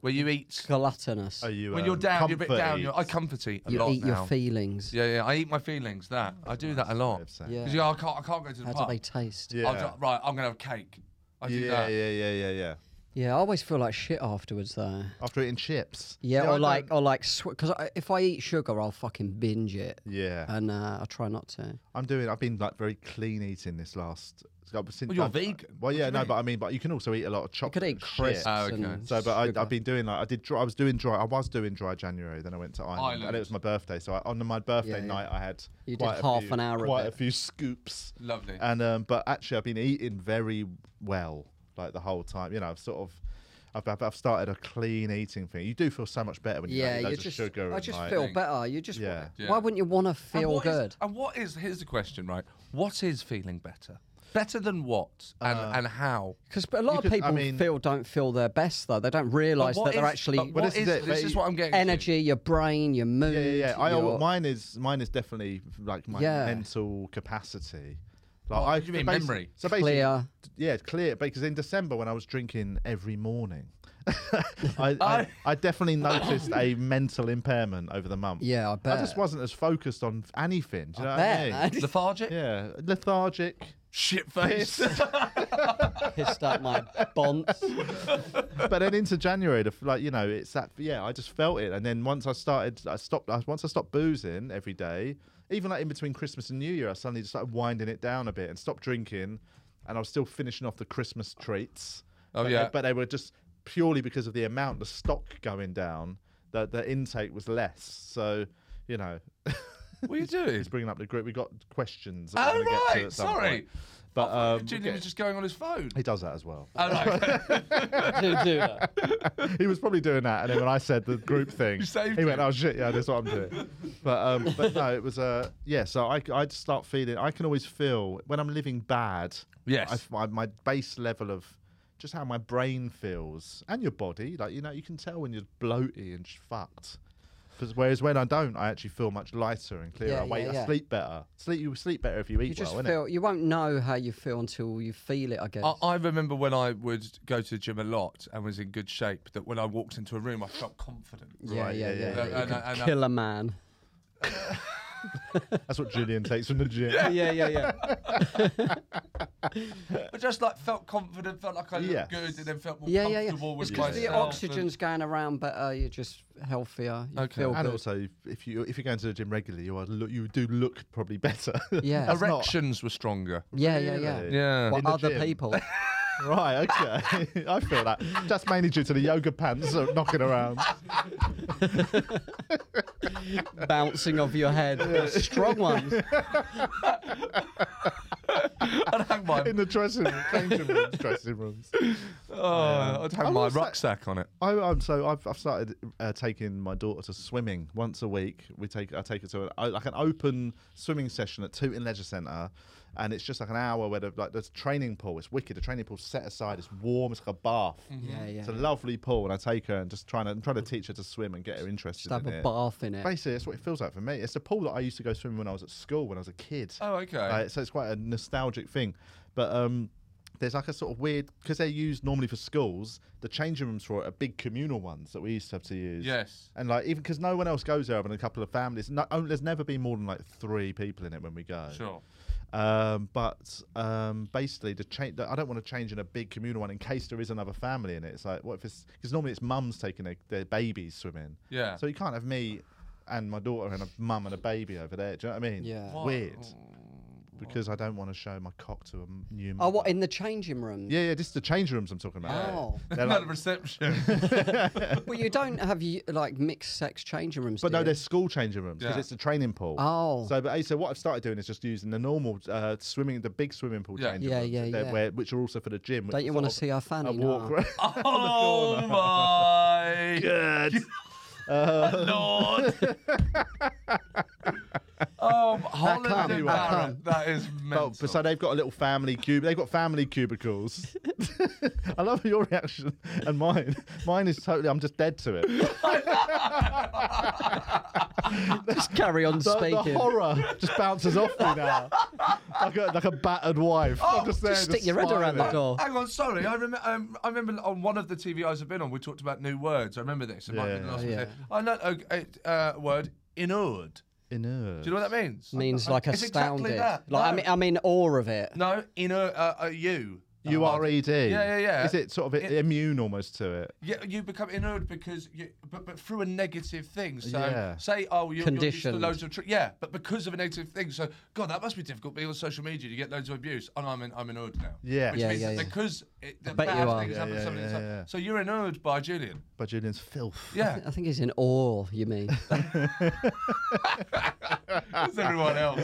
Speaker 7: Where you eat
Speaker 8: Gluttonous.
Speaker 5: Are you,
Speaker 7: when
Speaker 5: um,
Speaker 7: you're down, you're a bit
Speaker 5: comfort
Speaker 7: down. You're, I
Speaker 5: eats?
Speaker 7: comfort eat a
Speaker 8: you
Speaker 7: Oh, lot
Speaker 8: eat
Speaker 7: now.
Speaker 8: your feelings.
Speaker 7: Yeah, yeah. I eat my feelings. That I do that a lot.
Speaker 5: of saying it.
Speaker 8: Yeah.
Speaker 7: 'Cause, yeah, I can't. I can't go to the
Speaker 8: How do
Speaker 7: pub.
Speaker 8: they taste?
Speaker 5: Yeah.
Speaker 7: I'll ju- right, I'm gonna have cake. I do
Speaker 5: yeah,
Speaker 7: that.
Speaker 5: yeah, yeah, yeah, yeah.
Speaker 8: Yeah, I always feel like shit afterwards though.
Speaker 5: After eating chips.
Speaker 8: Yeah,
Speaker 5: See, I
Speaker 8: or like,
Speaker 5: don't-
Speaker 8: or like, because I if I eat sugar, I'll fucking binge it,
Speaker 5: Yeah,
Speaker 8: and uh, I try not to.
Speaker 5: I'm doing. I've been like very clean eating this last. Since
Speaker 7: Well, you're
Speaker 5: I've-
Speaker 7: vegan.
Speaker 5: Well,
Speaker 7: What
Speaker 5: yeah,
Speaker 7: do you
Speaker 5: no,
Speaker 7: mean?
Speaker 5: but I mean, but you can also eat a lot of
Speaker 8: I
Speaker 5: chocolate.
Speaker 8: could eat
Speaker 5: and shit.
Speaker 8: crisps.
Speaker 7: Oh, okay.
Speaker 8: and
Speaker 5: So, but I,
Speaker 8: sugar.
Speaker 5: I've been doing like I did. Dry, I was doing dry. I was doing dry January. Then I went to Ireland, and
Speaker 7: Ireland.
Speaker 5: it was my birthday. So I, on my birthday
Speaker 8: Yeah, yeah.
Speaker 5: night, I had
Speaker 8: You did
Speaker 5: quite a
Speaker 8: half
Speaker 5: few-
Speaker 8: an hour of
Speaker 5: quite a
Speaker 8: it.
Speaker 5: few scoops.
Speaker 7: Lovely.
Speaker 5: And um, but actually, I've been eating very well like the whole time. You know, I've sort of. I've, I've- I've started a clean eating thing. You do feel so much better when you
Speaker 8: yeah,
Speaker 5: eat
Speaker 8: you
Speaker 5: loads
Speaker 8: just,
Speaker 5: of sugar.
Speaker 8: I
Speaker 5: and,
Speaker 8: just
Speaker 5: like-
Speaker 8: feel better. You just,
Speaker 5: Yeah.
Speaker 7: Yeah.
Speaker 8: why wouldn't you want to
Speaker 7: And
Speaker 8: feel
Speaker 7: what is-
Speaker 8: good?
Speaker 7: and what is? Here's the question, right? What is feeling better? Better than what? And
Speaker 5: Uh,
Speaker 7: and how?
Speaker 8: Because a lot
Speaker 5: You
Speaker 8: of
Speaker 5: could- I
Speaker 8: people
Speaker 5: mean-
Speaker 8: feel don't feel their best though. They don't realise
Speaker 7: what
Speaker 8: that they're
Speaker 7: is-
Speaker 8: actually
Speaker 7: but what
Speaker 5: this is
Speaker 7: is?
Speaker 5: it,
Speaker 7: This
Speaker 5: but
Speaker 7: is
Speaker 5: you-
Speaker 7: what I'm getting. to.
Speaker 8: energy, your brain, your mood.
Speaker 5: Yeah, yeah, yeah. I, oh, al-
Speaker 8: your-
Speaker 5: mine is mine is definitely like my
Speaker 8: Yeah.
Speaker 5: mental capacity. Like
Speaker 7: What
Speaker 5: I
Speaker 7: do you mean,
Speaker 5: basi-
Speaker 7: memory?
Speaker 5: So basically,
Speaker 8: Clear.
Speaker 5: yeah, clear. Because in December when I was drinking every morning, (laughs) I, I
Speaker 7: I-
Speaker 5: I definitely noticed a mental impairment over the month.
Speaker 8: Yeah, I
Speaker 5: I just
Speaker 8: bet.
Speaker 5: wasn't as focused on anything. Do you know what
Speaker 8: bet,
Speaker 5: I
Speaker 8: man. (laughs)
Speaker 5: mean?
Speaker 7: Lethargic.
Speaker 5: Yeah, lethargic.
Speaker 7: Shit
Speaker 5: (laughs)
Speaker 7: face.
Speaker 8: pissed out my bonds.
Speaker 5: but then into January, the, f- like you know, it's that. Yeah, I just felt it, and then once I started, I stopped. I, once I stopped boozing every day, even like in between Christmas and New Year, I suddenly just started winding it down a bit and stopped drinking, and I was still finishing off the Christmas treats.
Speaker 7: Oh,
Speaker 5: but,
Speaker 7: yeah.
Speaker 5: but they were just purely because of the amount, the stock going down, the the intake was less. So you know, (laughs)
Speaker 7: what are you doing?
Speaker 5: it's bringing up the group. We got questions. that
Speaker 7: Oh
Speaker 5: we're gonna get to
Speaker 7: right,
Speaker 5: at some
Speaker 7: sorry.
Speaker 5: point. but um, we'll
Speaker 7: Julian
Speaker 5: get-
Speaker 7: was just going on his phone.
Speaker 5: he does that as well.
Speaker 7: Oh, right.
Speaker 5: he was probably doing that, and then when I said the
Speaker 7: (laughs)
Speaker 5: group thing,
Speaker 7: saved
Speaker 5: he went,
Speaker 7: him.
Speaker 5: "Oh shit, yeah, that's what I'm doing." But um, but no, it was uh, yeah. So I I just start feeling. I can always feel when I'm living bad.
Speaker 7: Yes.
Speaker 5: I f- my, my base level of just how my brain feels and your body, like you know, you can tell when you're bloaty and sh- fucked. 'Cause Whereas when I don't, I actually feel much lighter and clearer.
Speaker 8: Yeah,
Speaker 5: I wait,
Speaker 8: yeah,
Speaker 5: I
Speaker 8: yeah.
Speaker 5: sleep better. Sleep, you sleep better if you eat
Speaker 8: You just
Speaker 5: well, innit? Uh,
Speaker 8: feel. You won't know how you feel until you feel it. I guess.
Speaker 7: I, I remember when I would go to the gym a lot and was in good shape. That when I walked into a room, I felt confident.
Speaker 8: yeah,
Speaker 5: Right,
Speaker 8: yeah,
Speaker 5: yeah,
Speaker 8: yeah.
Speaker 5: yeah,
Speaker 8: You
Speaker 7: yeah.
Speaker 8: could
Speaker 7: And- and-
Speaker 8: kill a man.
Speaker 5: That's what Julian takes from the gym.
Speaker 8: yeah, yeah, yeah.
Speaker 7: I just like felt confident, felt like I looked
Speaker 5: Yes.
Speaker 7: good, and then felt
Speaker 8: (laughs)
Speaker 7: more
Speaker 8: Yeah, yeah, yeah.
Speaker 7: comfortable
Speaker 8: It's
Speaker 7: with
Speaker 8: because
Speaker 7: myself.
Speaker 8: the oxygen's going around better. You're just healthier. You
Speaker 7: Okay.
Speaker 8: feel
Speaker 5: And
Speaker 8: good.
Speaker 5: also, if you if you're going to the gym regularly, you are look, you do look probably better. (laughs)
Speaker 8: Yeah.
Speaker 7: And
Speaker 5: That's not-
Speaker 7: erections were stronger.
Speaker 8: yeah, yeah, yeah.
Speaker 5: Really?
Speaker 7: Yeah. (laughs)
Speaker 8: What
Speaker 5: In the
Speaker 8: other
Speaker 5: gym.
Speaker 8: people?
Speaker 5: (laughs) Right, okay. I feel that. That's mainly due to the yoga pants that are knocking around. (laughs)
Speaker 8: bouncing off your head. Strong ones.
Speaker 7: I'd hang my
Speaker 5: (laughs) in the dressing room, changing rooms, dressing rooms.
Speaker 7: oh, I'd hang
Speaker 5: I
Speaker 7: my
Speaker 5: was like-
Speaker 7: rucksack on it.
Speaker 5: I, I'm so I've, I've started uh, taking my daughter to swimming once a week. We take I take her to an, o- like an open swimming session at Tooting Leisure Centre, and it's just like an hour where the, like there's a training pool. It's wicked. The training pool's set aside. It's warm. It's like a bath.
Speaker 8: Mm-hmm. Yeah, yeah.
Speaker 5: It's a lovely pool, and I take her and just trying to I'm trying to teach her to swim and get her interested.
Speaker 8: Just have
Speaker 5: in
Speaker 8: a
Speaker 5: it.
Speaker 8: bath in it.
Speaker 5: Basically, that's what it feels like for me. It's the pool that I used to go swimming when I was at school when I was a kid.
Speaker 7: Oh, okay.
Speaker 5: Like, so it's quite a nostalgic thing. But um, there's like a sort of weird because they're used normally for schools. The changing rooms for it are big communal ones that we used to have to use.
Speaker 7: Yes.
Speaker 5: And like even because no one else goes there other than a couple of families. No, oh, there's never been more than like three people in it when we go.
Speaker 7: Sure.
Speaker 5: Um, but um, basically, the change. I don't want to change in a big communal one in case there is another family in it. It's like what if it's because normally it's mums taking their, their babies swimming.
Speaker 7: Yeah.
Speaker 5: So you can't have me and my daughter and a mum and a baby over there. Do you know what I mean?
Speaker 8: Yeah.
Speaker 5: It's Weird. Because I don't want to show my cock to a m- new.
Speaker 8: Oh,
Speaker 5: mum.
Speaker 8: what in the changing room?
Speaker 5: Yeah, yeah. Just the change rooms I'm talking about.
Speaker 7: (laughs)
Speaker 8: Oh.
Speaker 5: They're
Speaker 7: Not
Speaker 5: like,
Speaker 7: a reception.
Speaker 8: Well, you don't have you like mixed sex changing rooms.
Speaker 5: but
Speaker 8: do
Speaker 5: no,
Speaker 8: you?
Speaker 5: they're school changing rooms because
Speaker 7: Yeah.
Speaker 5: it's a training pool.
Speaker 8: Oh.
Speaker 5: So, but hey, so what I've started doing is just using the normal uh, swimming, the big swimming pool
Speaker 7: Yeah.
Speaker 5: changing
Speaker 8: Yeah,
Speaker 5: rooms,
Speaker 8: yeah,
Speaker 5: they're
Speaker 8: yeah.
Speaker 5: Where, which are also for the gym. which
Speaker 8: Don't
Speaker 5: is
Speaker 8: you want to
Speaker 5: sort of
Speaker 8: see our
Speaker 5: a
Speaker 8: fanny?
Speaker 5: walk.
Speaker 8: no?
Speaker 5: around.
Speaker 7: oh my
Speaker 8: (laughs)
Speaker 5: Good.
Speaker 7: lord! Um, oh, Holland and
Speaker 5: I can't.
Speaker 7: Barrett, that is
Speaker 8: Oh,
Speaker 7: mental.
Speaker 5: Well, Oh, but so they've got a little family cube. They've got family cubicles.
Speaker 8: (laughs)
Speaker 5: I love your reaction and mine. Mine is totally. I'm just
Speaker 8: (laughs)
Speaker 5: dead to it.
Speaker 8: Just (laughs) carry on
Speaker 5: The, the
Speaker 8: speaking.
Speaker 5: horror just bounces off me now, like a, like a battered wife. I'm just there,
Speaker 8: Oh, Just stick your head around the
Speaker 5: smiling.
Speaker 8: door.
Speaker 7: Hang on, sorry. I remember. Um, I remember on one of the TVIs I've been on, we talked about new words. I remember this. It might have been the last
Speaker 8: Yeah.
Speaker 7: one. I learned a, a uh, word inord.
Speaker 5: Inert.
Speaker 7: Do you know what that means?
Speaker 8: Means
Speaker 7: I- I-
Speaker 8: like
Speaker 7: it's
Speaker 8: astounded.
Speaker 7: Exactly that.
Speaker 8: Like I
Speaker 7: No.
Speaker 8: mean, I mean, awe of it.
Speaker 7: No, in a, uh, a you.
Speaker 5: U R E D.
Speaker 7: Yeah, yeah, yeah.
Speaker 5: Is it sort of
Speaker 7: It-
Speaker 5: immune almost to it?
Speaker 7: Yeah, you become inert because you, but but through a negative thing. So
Speaker 5: Yeah.
Speaker 7: say, oh, you're, you're used to
Speaker 8: Conditioned.
Speaker 7: loads of tr- yeah, but because of a negative thing. So God, that must be difficult being on social media. You get loads of abuse, and I'm in, I'm inert now.
Speaker 5: Yeah.
Speaker 7: which
Speaker 8: Yeah,
Speaker 7: means
Speaker 8: yeah,
Speaker 7: that
Speaker 8: yeah.
Speaker 7: because it, the
Speaker 8: bet
Speaker 7: bad
Speaker 8: you are.
Speaker 7: things
Speaker 5: Yeah,
Speaker 7: happen to
Speaker 5: yeah,
Speaker 7: somebody.
Speaker 5: yeah,
Speaker 7: so-
Speaker 5: yeah.
Speaker 7: So you're inert by Julian.
Speaker 5: By Julian's filth.
Speaker 7: Yeah,
Speaker 5: (laughs)
Speaker 8: I think he's in awe. You mean?
Speaker 7: as everyone else.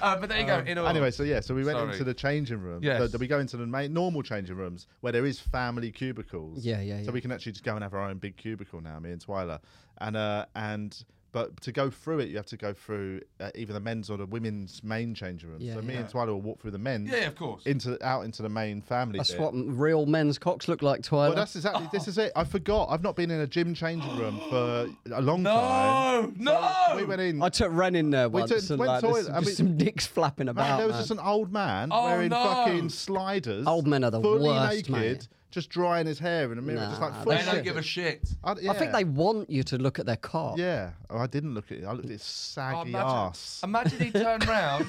Speaker 7: Uh, but there you go. inert.
Speaker 5: Um, Anyway, so yeah, so we went
Speaker 7: Sorry.
Speaker 5: into the changing room.
Speaker 7: Yes.
Speaker 5: So that we go into the main, normal changing rooms where there is family cubicles.
Speaker 8: Yeah, yeah,
Speaker 5: So
Speaker 8: yeah.
Speaker 5: we can actually just go and have our own big cubicle now, me and Twyla. And uh, and but to go through it, you have to go through uh, either the men's or the women's main changing rooms.
Speaker 8: Yeah,
Speaker 5: so me
Speaker 8: yeah.
Speaker 5: and Twyla will walk through the men's
Speaker 7: yeah, yeah, of course.
Speaker 5: into out into the main family.
Speaker 8: That's
Speaker 5: bit.
Speaker 8: what Oh. m- real men's cocks look like, Twyla.
Speaker 5: Well, that's exactly. This is it. I forgot. I've not been in a gym changing room for a long time.
Speaker 7: (gasps) no, no.
Speaker 5: We went in.
Speaker 8: I took Ren in there
Speaker 5: We
Speaker 8: once,
Speaker 5: took-
Speaker 8: and
Speaker 5: went
Speaker 8: like,
Speaker 5: to
Speaker 8: there's
Speaker 5: it, I
Speaker 8: just
Speaker 5: mean-
Speaker 8: some dicks flapping
Speaker 5: Man,
Speaker 8: about.
Speaker 5: there was
Speaker 8: man.
Speaker 5: just an old man
Speaker 7: Oh,
Speaker 5: wearing
Speaker 7: no.
Speaker 5: fucking sliders.
Speaker 8: Old men are the
Speaker 5: fully
Speaker 8: worst,
Speaker 5: naked,
Speaker 8: mate.
Speaker 5: just drying his hair in a mirror, just
Speaker 8: Nah,
Speaker 5: like
Speaker 8: they
Speaker 5: full
Speaker 7: They don't
Speaker 5: shit.
Speaker 7: give a shit.
Speaker 5: I, yeah.
Speaker 8: I think they want you to look at their cock.
Speaker 5: Yeah, oh, I didn't look at it. I looked at his saggy ass.
Speaker 7: Oh, imagine he turned
Speaker 5: (laughs)
Speaker 7: round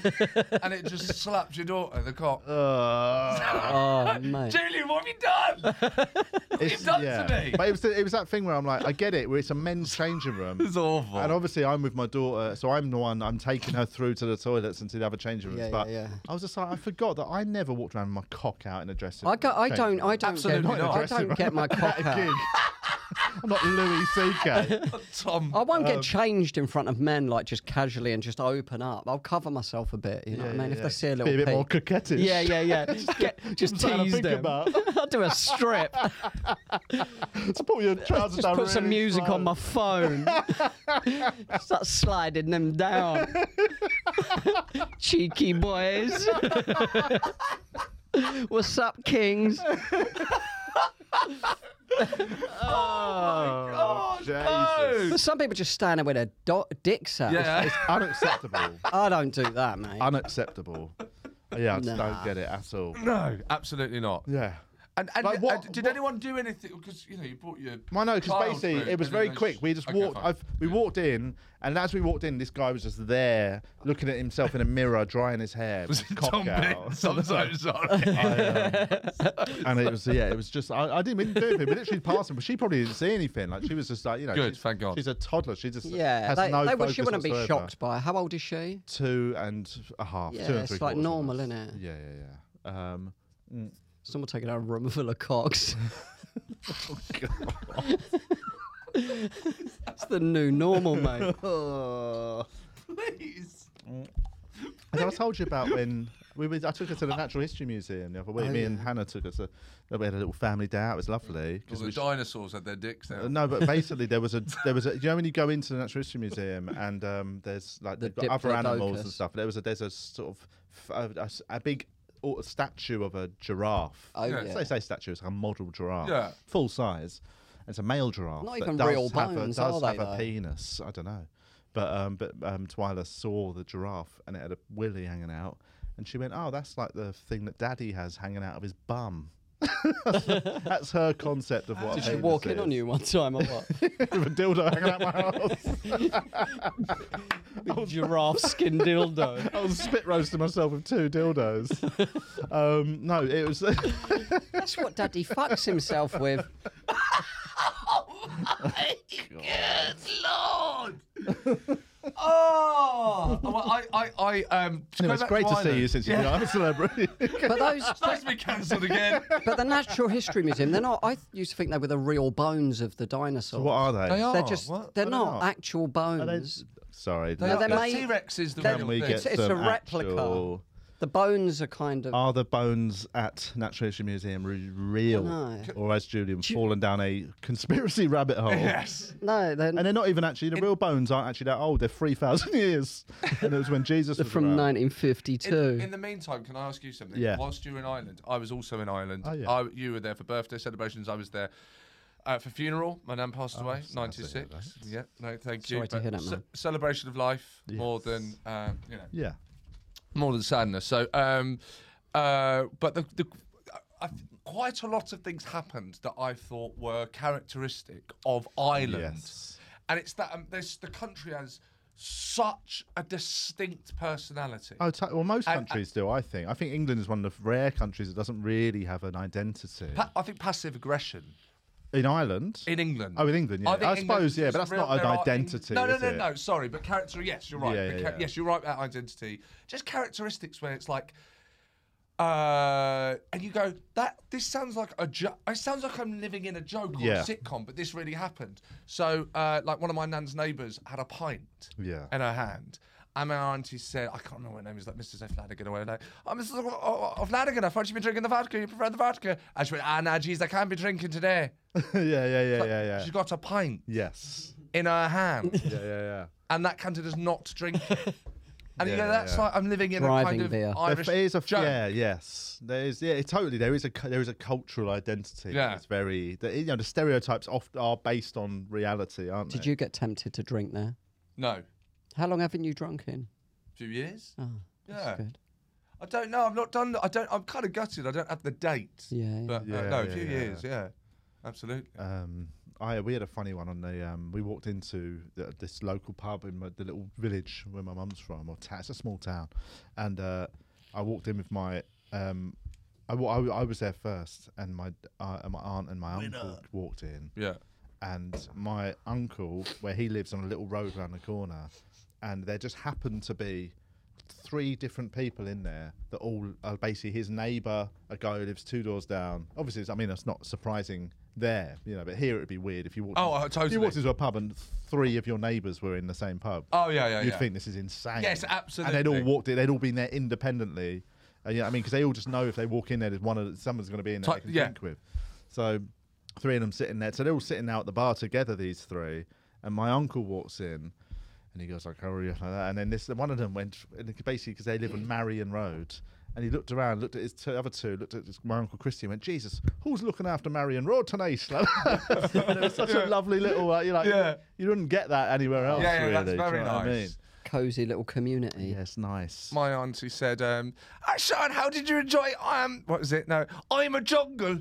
Speaker 7: and it just slapped your daughter the cock. (laughs)
Speaker 5: Uh,
Speaker 8: Oh, mate.
Speaker 7: Julian, what have you
Speaker 5: (laughs)
Speaker 7: done? what have you
Speaker 5: it's-
Speaker 7: done
Speaker 5: yeah.
Speaker 7: to me?
Speaker 5: But it was it was that thing where I'm like, I get it. Where it's a
Speaker 7: (laughs)
Speaker 5: men's changing room.
Speaker 7: It's awful.
Speaker 5: And obviously, I'm with my daughter, so I'm the one. I'm taking her through to the toilets and to the other changing rooms.
Speaker 8: Yeah,
Speaker 5: but
Speaker 8: yeah, yeah.
Speaker 5: I was just like, I forgot that I never walked around with my cock out in a dressing.
Speaker 8: I, go, I don't. I don't.
Speaker 7: Absolutely
Speaker 8: get,
Speaker 7: not.
Speaker 8: I don't get my
Speaker 5: (laughs)
Speaker 8: cock
Speaker 5: gig.
Speaker 8: out.
Speaker 5: I'm not Louis C.K. (laughs)
Speaker 7: Tom.
Speaker 8: I won't
Speaker 5: Um,
Speaker 8: get changed in front of men like just casually and just open up. I'll cover myself a bit. You know what I mean? If they see a
Speaker 5: Be
Speaker 8: little
Speaker 5: bit more
Speaker 8: peek.
Speaker 5: coquettish.
Speaker 8: Yeah, yeah,
Speaker 5: (laughs)
Speaker 8: yeah. just get, just
Speaker 5: something to
Speaker 8: tease
Speaker 5: think
Speaker 8: them.
Speaker 5: about.
Speaker 8: (laughs) I'll do a strip.
Speaker 5: Just put your trousers
Speaker 8: just
Speaker 5: down.
Speaker 8: put some
Speaker 5: really
Speaker 8: music
Speaker 5: slow.
Speaker 8: on my
Speaker 5: (laughs)
Speaker 8: phone. (laughs) Start sliding them
Speaker 5: (laughs)
Speaker 8: down. Cheeky boys. (laughs) What's up, kings?
Speaker 5: Oh, Jesus.
Speaker 7: no.
Speaker 8: But some people just stand there with their do- dicks out.
Speaker 7: Yeah.
Speaker 5: It's unacceptable. (laughs)
Speaker 8: I don't do that, mate.
Speaker 5: unacceptable. Yeah, I just don't
Speaker 8: Nah.
Speaker 5: get it at all.
Speaker 7: No, absolutely not.
Speaker 5: Yeah.
Speaker 7: And, and,
Speaker 5: Like, what-
Speaker 7: and did
Speaker 5: what-
Speaker 7: anyone do anything? Because you know you brought your.
Speaker 5: Well, no, because
Speaker 7: child
Speaker 5: basically
Speaker 7: through
Speaker 5: it was
Speaker 7: and
Speaker 5: very
Speaker 7: then they
Speaker 5: quick.
Speaker 7: just-
Speaker 5: We just
Speaker 7: Okay,
Speaker 5: walked.
Speaker 7: fine. (laughs)
Speaker 5: I've, we walked in, and as we walked in, this guy was just there, looking at himself in a mirror, drying his hair, with his cock
Speaker 7: Tom
Speaker 5: out.
Speaker 7: Bits, (laughs)
Speaker 5: (laughs)
Speaker 7: I'm so sorry.
Speaker 5: and it was yeah, it was just I, I didn't mean to do anything. We literally passed him, but she probably didn't see anything. Like she was just like you know,
Speaker 7: Good,
Speaker 5: she's,
Speaker 7: thank God.
Speaker 5: she's a toddler. She just
Speaker 8: yeah,
Speaker 5: has
Speaker 8: they,
Speaker 5: no
Speaker 8: they, would-
Speaker 5: focus
Speaker 8: she wouldn't be
Speaker 5: whatsoever.
Speaker 8: shocked by. it. How old is she?
Speaker 5: Two and a half.
Speaker 8: Yeah,
Speaker 5: two and
Speaker 8: it's
Speaker 5: three
Speaker 8: like
Speaker 5: quarters
Speaker 8: normal,
Speaker 5: almost.
Speaker 8: innit?
Speaker 5: Yeah, yeah, yeah. Um,
Speaker 8: Someone taking out a room full of
Speaker 5: (laughs)
Speaker 8: cocks. (laughs) That's the new normal,
Speaker 5: (laughs)
Speaker 8: mate.
Speaker 7: Please.
Speaker 5: As I told you about when (laughs) we was, I took her to the Natural History Museum the other week.
Speaker 7: Oh,
Speaker 5: Me
Speaker 7: yeah.
Speaker 5: and Hannah took us. A, we had a little family day out. It was lovely. 'cause
Speaker 7: Because the
Speaker 5: we
Speaker 7: dinosaurs had their dicks out.
Speaker 5: Uh, no, but basically there was a there was a you know when you go into the Natural History Museum and um, there's like
Speaker 7: The
Speaker 5: they've got other animals and
Speaker 7: Diplodocus.
Speaker 5: stuff. There was a there's a sort of f- a- a, s- a big au- statue of a giraffe.
Speaker 7: Oh, Yeah.
Speaker 5: So
Speaker 7: yeah.
Speaker 5: they say statue it's like a model giraffe,
Speaker 7: Yeah.
Speaker 5: full size. It's a male giraffe.
Speaker 7: Not
Speaker 5: that
Speaker 7: even
Speaker 5: does
Speaker 7: real
Speaker 5: have
Speaker 7: bones,
Speaker 5: a, does
Speaker 7: are they,
Speaker 5: have a
Speaker 7: though?
Speaker 5: penis. I don't know, but um, but um, Twyla saw the giraffe and it had a willy hanging out, and she went, "Oh, that's like the thing that Daddy has hanging out of his bum." (laughs) That's her concept of what. a
Speaker 8: Did she
Speaker 5: penis
Speaker 8: walk in
Speaker 5: is.
Speaker 8: on you one time or what?
Speaker 5: (laughs) With a dildo hanging out my
Speaker 8: (laughs) Big (laughs) giraffe skin dildo.
Speaker 5: I was spit roasting myself with two
Speaker 8: (laughs)
Speaker 5: dildos. um, no, it was. (laughs)
Speaker 8: That's what Daddy fucks himself with.
Speaker 5: (laughs)
Speaker 7: (laughs) Good lord!
Speaker 5: (laughs)
Speaker 7: oh, well, I, I, I, um. go
Speaker 5: Anyway, it's
Speaker 7: back
Speaker 5: great to see
Speaker 7: Ireland.
Speaker 5: you since you're
Speaker 7: (laughs) Yeah.
Speaker 5: not a celebrity. (laughs)
Speaker 8: But those-
Speaker 7: supposed to be cancelled again.
Speaker 8: But the Natural History Museum, they're not. I th- used to think they were the real bones of the dinosaurs.
Speaker 5: what are they? They
Speaker 8: They're
Speaker 5: are,
Speaker 8: just.
Speaker 5: what?
Speaker 8: They're
Speaker 5: Are they
Speaker 8: not,
Speaker 5: not?
Speaker 8: actual bones.
Speaker 5: Sorry.
Speaker 8: No, they're made-
Speaker 7: T-Rex is the
Speaker 8: they're-
Speaker 7: real
Speaker 5: Can we
Speaker 7: thing.
Speaker 5: get
Speaker 8: it's- it's a
Speaker 5: some
Speaker 8: replica.
Speaker 5: actual-
Speaker 8: The bones are kind of.
Speaker 5: Are the bones at Natural History Museum re- real,
Speaker 8: No.
Speaker 5: or has Julian fallen down a conspiracy rabbit hole?
Speaker 7: Yes.
Speaker 8: No, they're.
Speaker 5: And they're not even actually the real bones aren't actually that old. They're three thousand years, and it was when Jesus was
Speaker 8: from
Speaker 5: around.
Speaker 8: 1952.
Speaker 7: In, in the meantime, can I ask you something?
Speaker 5: Yeah.
Speaker 7: Whilst you were in Ireland, I was also in Ireland.
Speaker 5: Oh, yeah.
Speaker 7: I, you were there for birthday celebrations. I was there uh, for funeral. My nan
Speaker 5: Oh,
Speaker 7: passed away, ninety six. Yeah. No, thank you.
Speaker 8: Sorry to
Speaker 7: But
Speaker 8: hear that,
Speaker 7: ce-
Speaker 8: man.
Speaker 7: celebration of life more than um, you know.
Speaker 5: Yeah.
Speaker 7: More than sadness. So, um, uh, but the, the I, th- quite a lot of things happened that I thought were characteristic of Ireland, and it's that um, there's the country has such a distinct personality.
Speaker 5: Oh, t- well, most
Speaker 7: And-
Speaker 5: countries do. I think. I think England is one of the rare countries that doesn't really have an identity.
Speaker 7: Pa- I think passive aggression
Speaker 5: in Ireland.
Speaker 7: in England.
Speaker 5: Oh, in England, yeah.
Speaker 7: think
Speaker 5: I,
Speaker 7: England
Speaker 5: suppose, yeah,
Speaker 7: is
Speaker 5: but that's
Speaker 7: real-
Speaker 5: not an
Speaker 7: there are Eng-
Speaker 5: identity.
Speaker 7: no, no,
Speaker 5: is
Speaker 7: no,
Speaker 5: it?
Speaker 7: no. Sorry, but character. Yes, you're right.
Speaker 5: Yeah,
Speaker 7: The
Speaker 5: yeah,
Speaker 7: cha-
Speaker 5: yeah.
Speaker 7: Yes, you're right about identity. Just characteristics where it's like, uh, and you go that this sounds like a joke. It sounds like I'm living in a joke or
Speaker 5: Yeah.
Speaker 7: a sitcom, but this really happened. So, uh, like one of my nan's neighbours had a pint
Speaker 5: Yeah.
Speaker 7: in her hand. And my auntie said, I can't remember what her name is, like Mrs. O'Flanagan or whatever. Like, oh, Mrs. O- O- O- O'Flanagan, I thought you'd been drinking the vodka. You prefer the vodka. And she went, ah, nah, geez, I can't be drinking today.
Speaker 5: (laughs) yeah, yeah, yeah, yeah, yeah.
Speaker 7: She's got a pint
Speaker 5: Yes.
Speaker 7: in her hand.
Speaker 8: (laughs)
Speaker 5: Yeah, yeah, yeah.
Speaker 7: and that counted as not drinking. And you
Speaker 5: Yeah,
Speaker 7: go,
Speaker 5: yeah,
Speaker 7: that's
Speaker 5: yeah.
Speaker 7: like I'm living in a kind of Irish
Speaker 5: there is a
Speaker 7: joke.
Speaker 5: yeah, yes. There is yeah, it totally. There is a cu- there is a cultural identity.
Speaker 7: Yeah.
Speaker 5: it's very. The, you know, the stereotypes oft are based on reality, aren't
Speaker 8: Did
Speaker 5: they?
Speaker 8: you get tempted to drink there?
Speaker 7: No,
Speaker 8: How long haven't you drunk in?
Speaker 7: few years.
Speaker 8: Oh, that's
Speaker 7: yeah,
Speaker 8: good.
Speaker 7: I don't know. I've not done. I don't. I'm kind of gutted. I don't have the date.
Speaker 8: Yeah, yeah.
Speaker 7: But uh,
Speaker 5: Yeah,
Speaker 7: no,
Speaker 5: yeah,
Speaker 7: a few
Speaker 5: yeah.
Speaker 7: years. Yeah, absolutely.
Speaker 5: Um, I we had a funny one on the. Um, we walked into the, this local pub in my, the little village where my mum's from, or ta- it's a small town, and uh, I walked in with my. Um, I, wa- I, wa- I was there first, and my uh, and my aunt and my uncle walked in.
Speaker 7: Yeah.
Speaker 5: and my uncle, where he lives on a little road around the corner, and there just happened to be three different people in there that all are basically his neighbour, a guy who lives two doors down. Obviously, it's, I mean, that's not surprising there, you know, but here it'd be weird if you walked.
Speaker 7: Oh,
Speaker 5: in-
Speaker 7: uh,
Speaker 5: If you
Speaker 7: totally.
Speaker 5: walked into a pub and three of your neighbours were in the same pub.
Speaker 7: Oh, yeah, yeah,
Speaker 5: You'd
Speaker 7: yeah.
Speaker 5: think this is insane.
Speaker 7: Yes,
Speaker 5: And they'd
Speaker 7: absolutely.
Speaker 5: all walked in. They'd all been there independently. And, yeah, I mean, because they all just know if they walk in there, there's one of someone's going to be in there
Speaker 7: Ti-
Speaker 5: they can
Speaker 7: yeah.
Speaker 5: drink with. So three of them sitting there. So they're all sitting out at the bar together, these three. And my uncle walks in and he goes like, "How are you?" Like that. And then this one of them went and it- basically because they live on Marion Road. And he looked around, looked at his two, other two, looked at his, my uncle Christy, and went, "Jesus, who's looking after Marion Road tonight?" (laughs) Like, and it was such a lovely little. Uh, you're like,
Speaker 7: Yeah.
Speaker 5: you wouldn't get that anywhere else.
Speaker 7: Yeah,
Speaker 5: really.
Speaker 7: yeah, that's
Speaker 5: do you
Speaker 7: very
Speaker 5: know what I
Speaker 7: nice.
Speaker 5: mean?
Speaker 8: Cozy little community.
Speaker 5: Yes, nice.
Speaker 7: My auntie said, um, "Ah, Sean, how did you enjoy? I am. What was it? No, I'm a jungle.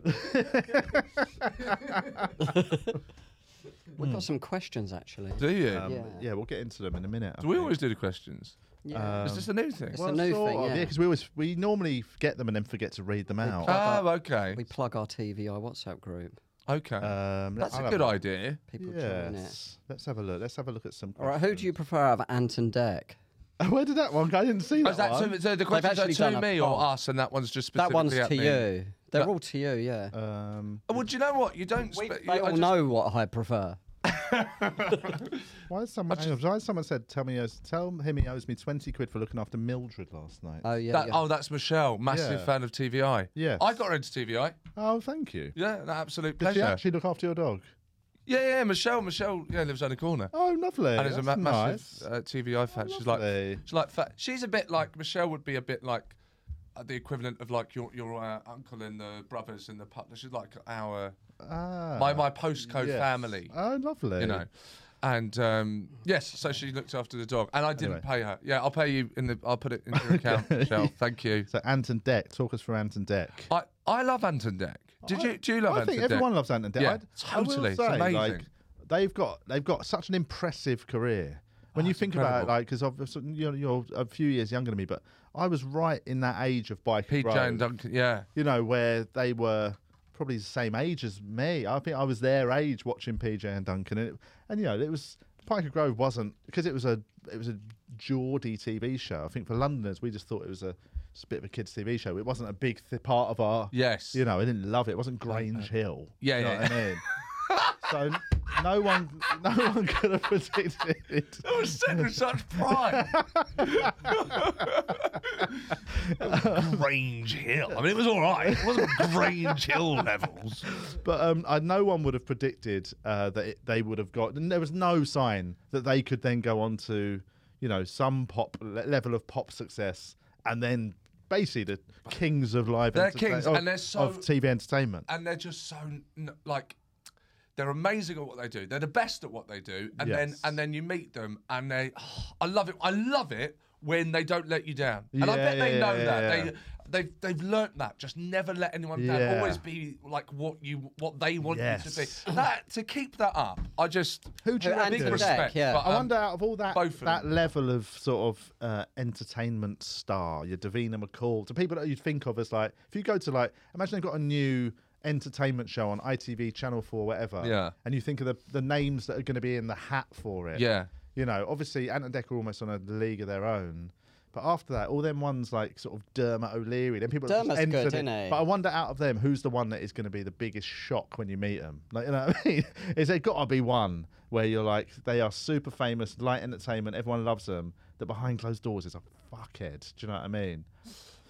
Speaker 8: We've got
Speaker 5: Hmm.
Speaker 8: some questions actually.
Speaker 7: (laughs) Do you?
Speaker 5: Um, yeah.
Speaker 8: Yeah.
Speaker 5: we'll get into them in a minute. I
Speaker 7: do we
Speaker 5: think.
Speaker 7: always do the questions?
Speaker 8: Yeah.
Speaker 7: Is this a new thing? Oh,
Speaker 8: It's a new
Speaker 5: sort
Speaker 8: thing,
Speaker 5: of,
Speaker 8: yeah.
Speaker 5: Yeah, because we always we normally get them and then forget to read them out.
Speaker 7: Oh, okay,
Speaker 8: we plug our TVI WhatsApp group.
Speaker 7: okay.
Speaker 5: Um,
Speaker 7: That's
Speaker 5: I'll
Speaker 7: Uh, a
Speaker 5: have
Speaker 7: good idea.
Speaker 8: People join it.
Speaker 5: Yes. Let's have a look. Let's have a look at some.
Speaker 8: All right, who do you prefer out of Ant and Deck?
Speaker 5: questions. (laughs) Where did that one go? I didn't see
Speaker 7: Oh,
Speaker 5: that,
Speaker 7: is that
Speaker 5: one.
Speaker 7: to, so the questions are
Speaker 8: actually done
Speaker 7: to
Speaker 8: a
Speaker 7: me or
Speaker 8: poll.
Speaker 7: us, and that one's just
Speaker 8: That
Speaker 7: specifically
Speaker 8: one's to
Speaker 7: at me?
Speaker 8: you. They're all to you, yeah.
Speaker 5: um,
Speaker 7: Oh, Well, do you know what? You don't. spe- you-
Speaker 8: they
Speaker 7: I
Speaker 8: all
Speaker 7: just-
Speaker 8: know what I prefer.
Speaker 5: Why has someone? hang on, why has someone said, "Tell me, he owes- tell him he owes me twenty quid for looking after Mildred last night"?
Speaker 8: Oh yeah.
Speaker 7: That- Oh, that's Michelle, massive
Speaker 5: Yeah.
Speaker 7: fan of TVI.
Speaker 5: Yes.
Speaker 7: I got her into TVI.
Speaker 5: Oh, thank you.
Speaker 7: Yeah, an
Speaker 5: Did
Speaker 7: absolute
Speaker 5: she
Speaker 7: pleasure.
Speaker 5: actually look after your dog?
Speaker 7: Yeah, yeah, Michelle, Michelle, yeah, lives around the corner.
Speaker 5: Oh, lovely.
Speaker 7: and is a ma-
Speaker 5: That's
Speaker 7: massive
Speaker 5: nice.
Speaker 7: uh, TVI fan. She's like,
Speaker 5: Lovely.
Speaker 7: she's like, fat. she's a bit like Michelle would be a bit like uh, the equivalent of like your your uh, uncle and the brothers and the partner. She's like our
Speaker 5: Ah,
Speaker 7: my my postcode
Speaker 5: yes.
Speaker 7: family,
Speaker 5: Oh, lovely.
Speaker 7: you know. And um, yes, so she looked after the dog, and I didn't
Speaker 5: Anyway.
Speaker 7: pay her. Yeah, I'll pay you in the. I'll put it in
Speaker 5: (laughs)
Speaker 7: your account, Michelle. Thank you.
Speaker 5: So Anton Deck, talk us through Anton Deck.
Speaker 7: I, I love Anton Deck. Did you do you love
Speaker 5: I
Speaker 7: Anton
Speaker 5: think
Speaker 7: Deck?
Speaker 5: everyone loves Anton Deck.
Speaker 7: Yeah,
Speaker 5: I- I will
Speaker 7: totally. It's
Speaker 5: say,
Speaker 7: amazing.
Speaker 5: Like, they've got they've got such an impressive career. When you think about it,
Speaker 7: Oh, incredible.
Speaker 5: like, because obviously you're, you're a few years younger than me, but I was right in that age of bike
Speaker 7: PJ
Speaker 5: road,
Speaker 7: and Duncan. Yeah, (laughs)
Speaker 5: you know, where they were probably the same age as me. I think I was their age watching PJ and Duncan, and, it, and you know, it was Piker Grove wasn't because it was a it was a Geordie TV show. I think for Londoners, we just thought it was a, just a bit of a kids' TV show. It wasn't a big th- part of our
Speaker 7: Yes.
Speaker 5: You know, I didn't love it. It wasn't Grange Hill.
Speaker 7: Yeah,
Speaker 5: you know
Speaker 7: yeah,
Speaker 5: what I mean. so no one (laughs) no one could have predicted
Speaker 7: (laughs)
Speaker 5: it.
Speaker 7: It was said with such pride. Grange Hill. I mean, it was all right. It wasn't Grange Hill levels.
Speaker 5: But um, I, no one would have predicted uh, that it, they would have got. And there was no sign that they could then go on to, you know, some pop le- level of pop success, and then basically the kings of live.
Speaker 7: They're
Speaker 5: entertain-
Speaker 7: kings,
Speaker 5: of,
Speaker 7: and they're so-
Speaker 5: of TV entertainment.
Speaker 7: And they're just so n- like they're amazing at what they do. They're the best at what they do. And then
Speaker 5: Yes.
Speaker 7: and then you meet them, and they. (sighs) I love it. I love it when they don't let you down. And
Speaker 5: Yeah,
Speaker 7: I bet they
Speaker 5: yeah,
Speaker 7: know
Speaker 5: yeah,
Speaker 7: that.
Speaker 5: yeah.
Speaker 7: They, They've, they've learnt that. Just never let anyone down.
Speaker 5: Yeah.
Speaker 7: Always be like what you what they want you
Speaker 5: Yes.
Speaker 7: to be. That to keep that up, I just
Speaker 5: Who do you
Speaker 7: big
Speaker 5: reckon?
Speaker 7: respect.
Speaker 8: Yeah.
Speaker 7: but,
Speaker 5: I
Speaker 7: um,
Speaker 5: wonder, out of all that
Speaker 7: both of
Speaker 5: that
Speaker 7: them.
Speaker 5: level of sort of uh, entertainment star, your Davina McCall, to people that you'd think of as like, if you go to like, imagine they've got a new entertainment show on ITV, Channel Four, whatever,
Speaker 7: Yeah.
Speaker 5: and you think of the the names that are going to be in the hat for it,
Speaker 7: Yeah.
Speaker 5: You know, obviously, Ant and Deck are almost on a league of their own. But after that, all them ones like sort of Dermot O'Leary, then people that just
Speaker 8: Dermot's
Speaker 5: entered
Speaker 8: good,
Speaker 5: it.
Speaker 8: innit?
Speaker 5: But I wonder out of them, who's the one that is going to be the biggest shock when you meet them? Like, you know (laughs) what I mean? Is there got to be one where you're like, they are super famous, light entertainment, everyone loves them, that behind closed doors is a fuckhead. Do you know what I mean?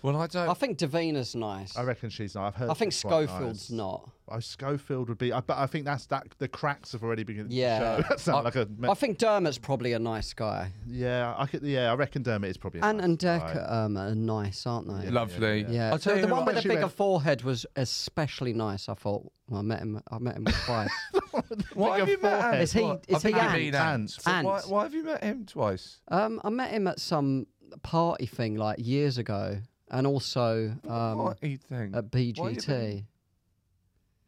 Speaker 7: Well, I don't.
Speaker 8: I think Davina's nice.
Speaker 5: I reckon she's not. I've heard.
Speaker 8: I think
Speaker 5: she's quite
Speaker 8: Schofield's
Speaker 5: nice.
Speaker 8: not.
Speaker 5: Oh, Schofield would be. I, but I think that's that. The cracks have already begun.
Speaker 8: Yeah.
Speaker 5: To show. (laughs) that sounds
Speaker 7: I-
Speaker 5: like a. me-
Speaker 8: I think Dermot's probably a nice guy.
Speaker 5: yeah, I could. Yeah, I reckon Dermot is probably. a
Speaker 8: Ant
Speaker 5: nice
Speaker 8: and Deck
Speaker 5: guy.
Speaker 8: um, are nice, aren't they?
Speaker 7: Lovely.
Speaker 8: Yeah,
Speaker 7: I'll tell
Speaker 8: the,
Speaker 7: you
Speaker 8: the one
Speaker 7: what-
Speaker 8: with the
Speaker 5: actually
Speaker 8: bigger
Speaker 5: went-
Speaker 8: forehead was especially nice. I thought. Well, I met him. I met him
Speaker 7: (laughs)
Speaker 8: twice.
Speaker 7: Why have
Speaker 5: Bigger
Speaker 7: you met
Speaker 5: forehead.
Speaker 7: Ant?
Speaker 8: Is he-
Speaker 7: What?
Speaker 8: is
Speaker 7: I think
Speaker 8: he
Speaker 7: you
Speaker 8: Ant?
Speaker 7: mean Ant.
Speaker 5: Ant.
Speaker 7: But Why,
Speaker 8: Ant.
Speaker 7: why have you met him twice?
Speaker 8: um, I met him at some party thing like years ago, and also um,
Speaker 7: Party thing.
Speaker 8: at
Speaker 7: Why you
Speaker 8: BGT.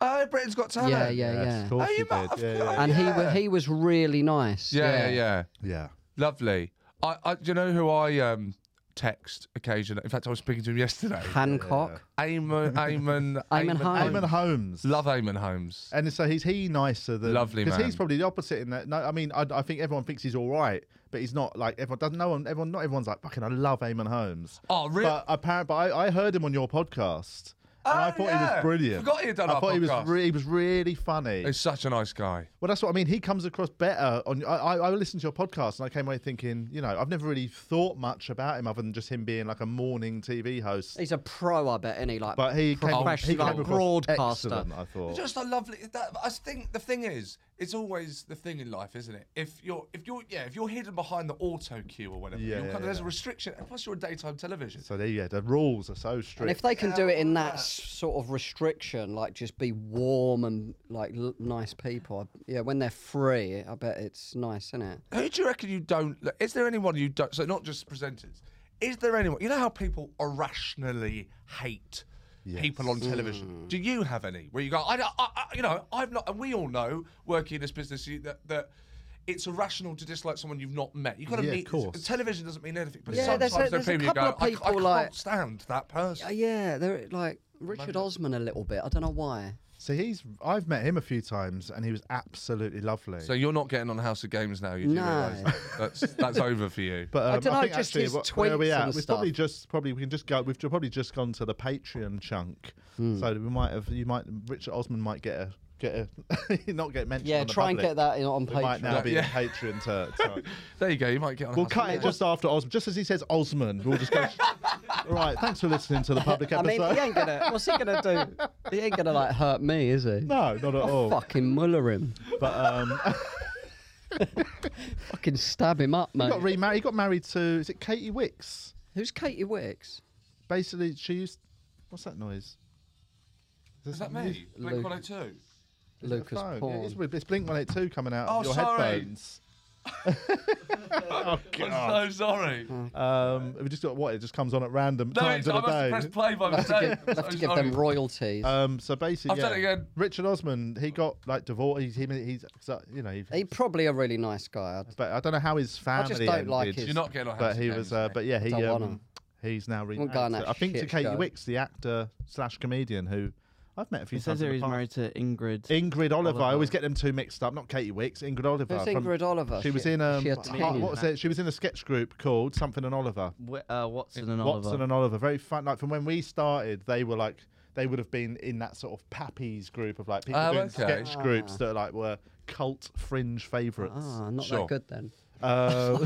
Speaker 7: Oh, Britain's Got Talent.
Speaker 8: Yeah, yeah, yeah.
Speaker 5: Of course
Speaker 7: Oh, you
Speaker 5: you did.
Speaker 7: might have-
Speaker 5: Yeah, yeah.
Speaker 8: And he wa-
Speaker 7: Yeah.
Speaker 8: he was really nice.
Speaker 7: Yeah, yeah, yeah.
Speaker 5: yeah.
Speaker 7: Lovely. I, I, do you know who I um, text occasionally? In fact, I was speaking to him yesterday.
Speaker 8: Hancock.
Speaker 7: Eamon, Eamon,
Speaker 8: (laughs) Eamon Holmes.
Speaker 5: Eamon Holmes.
Speaker 7: Love Eamon Holmes.
Speaker 5: And so he's he nicer than
Speaker 7: Lovely
Speaker 5: because he's
Speaker 7: man.
Speaker 5: probably the opposite in that. No, I mean I, I think everyone thinks he's all right, but he's not like everyone doesn't. No one, everyone, not everyone's like fucking. I love Eamon Holmes.
Speaker 7: Oh, really?
Speaker 5: But apparently, but I, I heard him on your podcast, and I
Speaker 7: Oh,
Speaker 5: thought he
Speaker 7: yeah.
Speaker 5: was brilliant.
Speaker 7: Forgot he'd done
Speaker 5: I
Speaker 7: our
Speaker 5: thought he
Speaker 7: podcast.
Speaker 5: was re- he was really funny.
Speaker 7: He's such a nice guy.
Speaker 5: Well, that's what I mean. He comes across better on. I, I, I listened to your podcast and I came away thinking, you know, I've never really thought much about him other than just him being like a morning TV host.
Speaker 8: He's a pro, I bet, any like
Speaker 5: But he came, he
Speaker 8: professional
Speaker 5: came across
Speaker 8: broadcaster.
Speaker 5: excellent, I thought.
Speaker 7: Just a lovely. That, I think the thing is, it's always the thing in life, isn't it? If you're, if you're, yeah, if you're hidden behind the auto cue or whatever,
Speaker 5: Yeah,
Speaker 7: you're kind of,
Speaker 5: yeah,
Speaker 7: there's a
Speaker 5: yeah.
Speaker 7: restriction. And plus, you're on daytime television.
Speaker 5: So there you go. The rules are so strict.
Speaker 8: And if they can do it in that s- sort of restriction, like just be warm and like l- nice people, I- yeah, when they're free, I bet it's nice, isn't it?
Speaker 7: Who do you reckon you don't? Look, is there anyone you don't? So not just presenters. Is there anyone? You know how people irrationally hate people on television. Do you have any where you go? I, don't- I, I- you know, I've not, and we all know working in this business you- that that. It's irrational to dislike someone you've not met. You've got to
Speaker 5: Yeah, of
Speaker 7: meet.
Speaker 5: course.
Speaker 7: Television doesn't mean anything, but
Speaker 8: Yeah,
Speaker 7: sometimes
Speaker 8: there's a-
Speaker 7: there, are
Speaker 8: there's a
Speaker 7: people you go,
Speaker 8: couple of
Speaker 7: "I- I,
Speaker 8: people,
Speaker 7: can't
Speaker 8: like-
Speaker 7: stand that person.
Speaker 8: Uh, yeah, they're like Richard Osman a little bit. I don't know why.
Speaker 5: so he's. I've met him a few times and he was absolutely lovely.
Speaker 7: So you're not getting on House of Games now. You do
Speaker 8: No.
Speaker 7: realise that. that's that's over for you.
Speaker 5: but um,
Speaker 8: I dunno,
Speaker 5: think
Speaker 8: just
Speaker 5: actually,
Speaker 8: his
Speaker 5: what- where are we
Speaker 8: tweets and
Speaker 5: at? We've
Speaker 8: stuff.
Speaker 5: probably just probably we can just go. We've
Speaker 7: Hmm.
Speaker 5: ju- probably just gone to the Patreon chunk. So we might have. You might. Richard Osman might get a get a, (laughs) not get mentioned.
Speaker 8: Yeah,
Speaker 5: on the
Speaker 8: try and
Speaker 5: public.
Speaker 8: get that in- on
Speaker 5: It (laughs) might now
Speaker 8: Patreon.
Speaker 5: be
Speaker 7: Yeah. (laughs)
Speaker 5: Patreon. To, to-
Speaker 7: There you go. You might get on. a
Speaker 5: we'll
Speaker 7: hustle.
Speaker 5: cut it just after Osman, just as he says Osman.
Speaker 8: (laughs)
Speaker 5: We'll just go. All right, thanks for listening to the public
Speaker 8: I mean,
Speaker 5: episode.
Speaker 8: he ain't gonna. What's he gonna do? He ain't gonna like hurt me, is
Speaker 5: (laughs)
Speaker 8: he?
Speaker 5: (laughs) no, not at
Speaker 8: I'll
Speaker 5: all.
Speaker 8: fucking muller him.
Speaker 5: But um,
Speaker 8: Fucking stab him up,
Speaker 5: he
Speaker 8: mate.
Speaker 5: got remarried. He got married to is it Katie Wicks?
Speaker 8: Who's Katie Wicks?
Speaker 5: Basically, she used. What's that noise?
Speaker 7: Is that me? Blink 102.
Speaker 8: Lucas
Speaker 5: phone.
Speaker 8: Paul.
Speaker 5: It is weird. It's Blink 182 coming out
Speaker 7: Oh,
Speaker 5: of your
Speaker 7: sorry.
Speaker 5: headphones. oh, God.
Speaker 7: I'm so sorry.
Speaker 8: Uh,
Speaker 5: Um, we just got what? It just comes on at random
Speaker 7: No,
Speaker 5: times
Speaker 7: it's, I
Speaker 5: of
Speaker 7: must have
Speaker 5: the
Speaker 7: pressed
Speaker 5: day.
Speaker 7: play by mistake. I'm
Speaker 5: (laughs)
Speaker 8: Have
Speaker 7: so
Speaker 8: to give
Speaker 7: sorry.
Speaker 8: them royalties.
Speaker 5: Um, so basically,
Speaker 7: I've done
Speaker 5: yeah,
Speaker 7: it again.
Speaker 5: Richard Osman, he got like divorced. He's, he, he's, so, you know, he,
Speaker 8: He's probably a really nice guy. I
Speaker 5: but I don't know how his family.
Speaker 8: just don't like
Speaker 5: ended,
Speaker 8: his-
Speaker 7: You're not getting on
Speaker 5: But
Speaker 7: House of
Speaker 5: he was,
Speaker 7: Games,
Speaker 5: uh,
Speaker 7: mate.
Speaker 5: but yeah, he
Speaker 8: Don't wanna.
Speaker 5: um, he's now remarried.
Speaker 8: go on
Speaker 5: to-
Speaker 8: that
Speaker 5: I think to
Speaker 8: shit
Speaker 5: Katie
Speaker 8: show.
Speaker 5: Wicks, the actor slash comedian who I've met a few
Speaker 11: He says
Speaker 5: times. in
Speaker 11: here
Speaker 5: the
Speaker 11: he's
Speaker 5: past.
Speaker 11: married to Ingrid.
Speaker 5: Ingrid Oliver. I always
Speaker 11: Oliver.
Speaker 5: get them two mixed up. Not Katie Wicks. Ingrid Oliver.
Speaker 8: Who's
Speaker 5: from-
Speaker 8: Ingrid Oliver?
Speaker 5: She was
Speaker 8: She-
Speaker 5: in um,
Speaker 8: she a
Speaker 5: what-
Speaker 8: teen?
Speaker 5: what was it? She was in a sketch group called Something and Oliver.
Speaker 11: Wi- uh, Watson and Oliver.
Speaker 5: Watson and Oliver. Very fun. Like from when we started, they were like they would have been in that sort of pappies group of like people
Speaker 7: Oh,
Speaker 5: doing
Speaker 7: okay.
Speaker 5: sketch groups that like were cult fringe favourites.
Speaker 8: Ah, not
Speaker 7: Sure.
Speaker 8: that good then.
Speaker 5: Uh,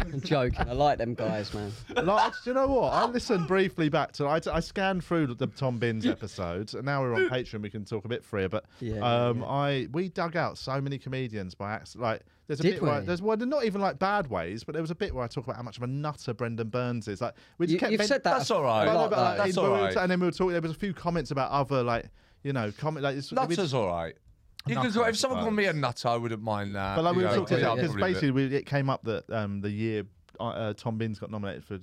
Speaker 8: I'm joking. I like them guys,
Speaker 5: (laughs)
Speaker 8: man.
Speaker 5: like, do you know what? I listened briefly back to. I, I scanned through the Tom Binns episodes, and now we're
Speaker 7: (laughs)
Speaker 5: on Patreon. We can talk a bit freer. But
Speaker 8: Yeah, yeah,
Speaker 5: um, I we dug out so many comedians by accident. Like there's a
Speaker 8: Did
Speaker 5: bit where
Speaker 8: we?
Speaker 5: there's well, they're not even like bad ways, but there was a bit where I talk about how much of a nutter Brendan Burns is. Like we just
Speaker 8: You,
Speaker 5: kept
Speaker 8: you've
Speaker 5: men-
Speaker 8: said that.
Speaker 7: That's
Speaker 8: a
Speaker 7: all right.
Speaker 8: lot,
Speaker 5: Well, no, but,
Speaker 8: though.
Speaker 5: like,
Speaker 7: That's
Speaker 5: in- but we were
Speaker 7: alright.
Speaker 5: ta- and then we were talking. There was a few comments about other like you know comment like this. we-
Speaker 7: Nutter's all right. You
Speaker 5: Nutter,
Speaker 7: could go,
Speaker 5: I
Speaker 7: if someone called me a
Speaker 5: suppose.
Speaker 7: nutter, I wouldn't mind that.
Speaker 5: But like we
Speaker 7: You
Speaker 5: were
Speaker 7: know,
Speaker 5: talking
Speaker 7: yeah,
Speaker 5: about
Speaker 7: I'd
Speaker 5: because
Speaker 7: probably
Speaker 5: basically
Speaker 7: be-
Speaker 5: we, it came up that um, the year uh, uh, Tom Binns got nominated for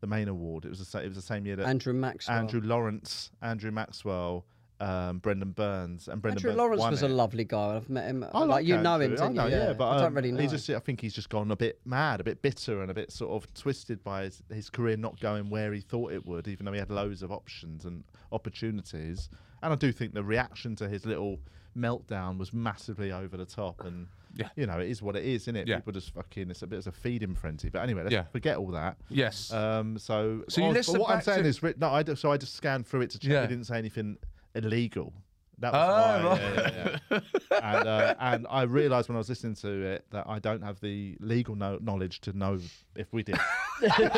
Speaker 5: the main award, it was the sa- it was the same year that
Speaker 8: Andrew Maxwell.
Speaker 5: Andrew Lawrence, Andrew Maxwell, um, Brendan Burns, and Brendan
Speaker 8: Andrew
Speaker 5: Burns
Speaker 8: Lawrence
Speaker 5: won
Speaker 8: was
Speaker 5: it.
Speaker 8: a lovely guy. I've met him.
Speaker 5: I
Speaker 8: like, you know him,
Speaker 5: Andrew, I
Speaker 8: don't
Speaker 5: know,
Speaker 8: you?
Speaker 5: yeah, but
Speaker 8: I
Speaker 5: um,
Speaker 8: don't really know.
Speaker 5: He just, I think he's just gone a bit mad, a bit bitter, and a bit sort of twisted by his, his career not going where he thought it would, even though he had loads of options and opportunities. And I do think the reaction to his little meltdown was massively over the top, and
Speaker 7: Yeah.
Speaker 5: you know it is what it is, isn't it?
Speaker 7: Yeah.
Speaker 5: People just fucking it's a bit of a feeding frenzy. But anyway, let's
Speaker 7: Yeah.
Speaker 5: forget all that.
Speaker 7: Yes.
Speaker 5: Um, so,
Speaker 7: So you
Speaker 5: Oz- but
Speaker 7: listen
Speaker 5: what I'm
Speaker 7: back
Speaker 5: saying
Speaker 7: to-
Speaker 5: is, ri- no, I d- so I just scanned through it to check
Speaker 7: Yeah.
Speaker 5: he didn't say anything illegal. That
Speaker 7: Oh,
Speaker 5: was why.
Speaker 7: right.
Speaker 5: yeah, yeah, yeah and, uh, and I realised when I was listening to it that I don't have the legal no- knowledge to know if
Speaker 6: (laughs)
Speaker 5: we did. (laughs) so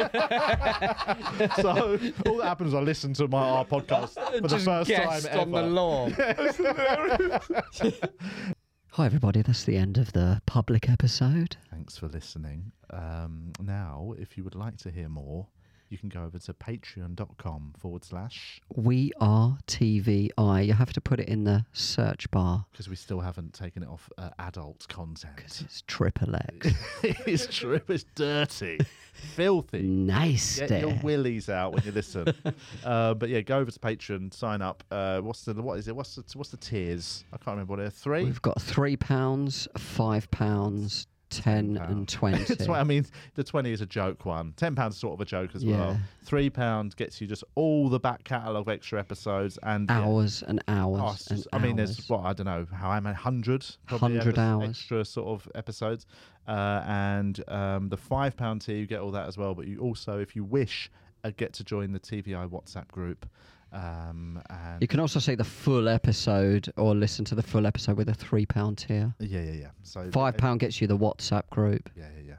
Speaker 5: all that happens, is I listen to my our podcast for the
Speaker 6: Just
Speaker 5: first time
Speaker 6: guessed
Speaker 5: ever.
Speaker 6: on the law.
Speaker 8: Hi, everybody. That's the end of the public episode.
Speaker 5: Thanks for listening. Um, now, if you would like to hear more, you can go over to patreon.com forward slash
Speaker 8: We are TVI. You have to put it in the search bar
Speaker 5: because we still haven't taken it off uh, adult
Speaker 8: because
Speaker 5: content.
Speaker 8: it's triple
Speaker 5: (laughs)
Speaker 8: X.
Speaker 5: it's true. It's dirty, filthy.
Speaker 8: nice
Speaker 5: Get
Speaker 8: there.
Speaker 5: your willies out when
Speaker 8: (laughs)
Speaker 5: you listen. uh, but yeah, go over to Patreon, sign up. Uh, what's the what is it? What's the what's the tiers? I can't remember what they're three.
Speaker 8: We've got three pounds, five pounds, ten,
Speaker 5: (laughs)
Speaker 8: and twenty.
Speaker 5: That's what I mean. The twenty is a joke one. Ten pounds is sort of a joke as well.
Speaker 8: Yeah.
Speaker 5: Three pound gets you just all the back catalogue of extra episodes and yeah,
Speaker 8: hours and hours
Speaker 5: Oh, it's
Speaker 8: and
Speaker 5: just- I mean,
Speaker 8: hours.
Speaker 5: there's what I don't know how I'm hundred, probably
Speaker 8: 100
Speaker 5: epi-
Speaker 8: hours.
Speaker 5: extra sort of episodes, uh, and um, the five pound tier you get all that as well. But you also, if you wish, uh, get to join the TVI WhatsApp group. Um, and
Speaker 8: You can also see the full episode or listen to the full episode with a three pound tier.
Speaker 5: yeah, yeah, yeah. So eh,
Speaker 8: Five pound gets you the WhatsApp group.
Speaker 5: Yeah, yeah, yeah.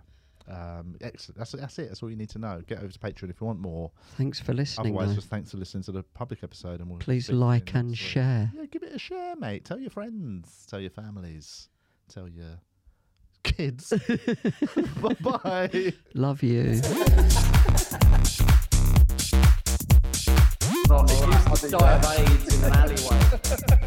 Speaker 5: Um, excellent. That's that's it. That's all you need to know. Get over to Patreon if you want more.
Speaker 8: Thanks for listening.
Speaker 5: Otherwise,
Speaker 8: though.
Speaker 5: just thanks for listening to the public episode, and we'll
Speaker 8: Please
Speaker 5: speak to you
Speaker 8: like
Speaker 5: next
Speaker 8: and
Speaker 5: week.
Speaker 8: share.
Speaker 5: Yeah, give it a share, mate. Tell your friends. Tell your families. Tell your kids. (laughs) bye bye.
Speaker 8: Love you.
Speaker 4: They used to die of AIDS in an alleyway.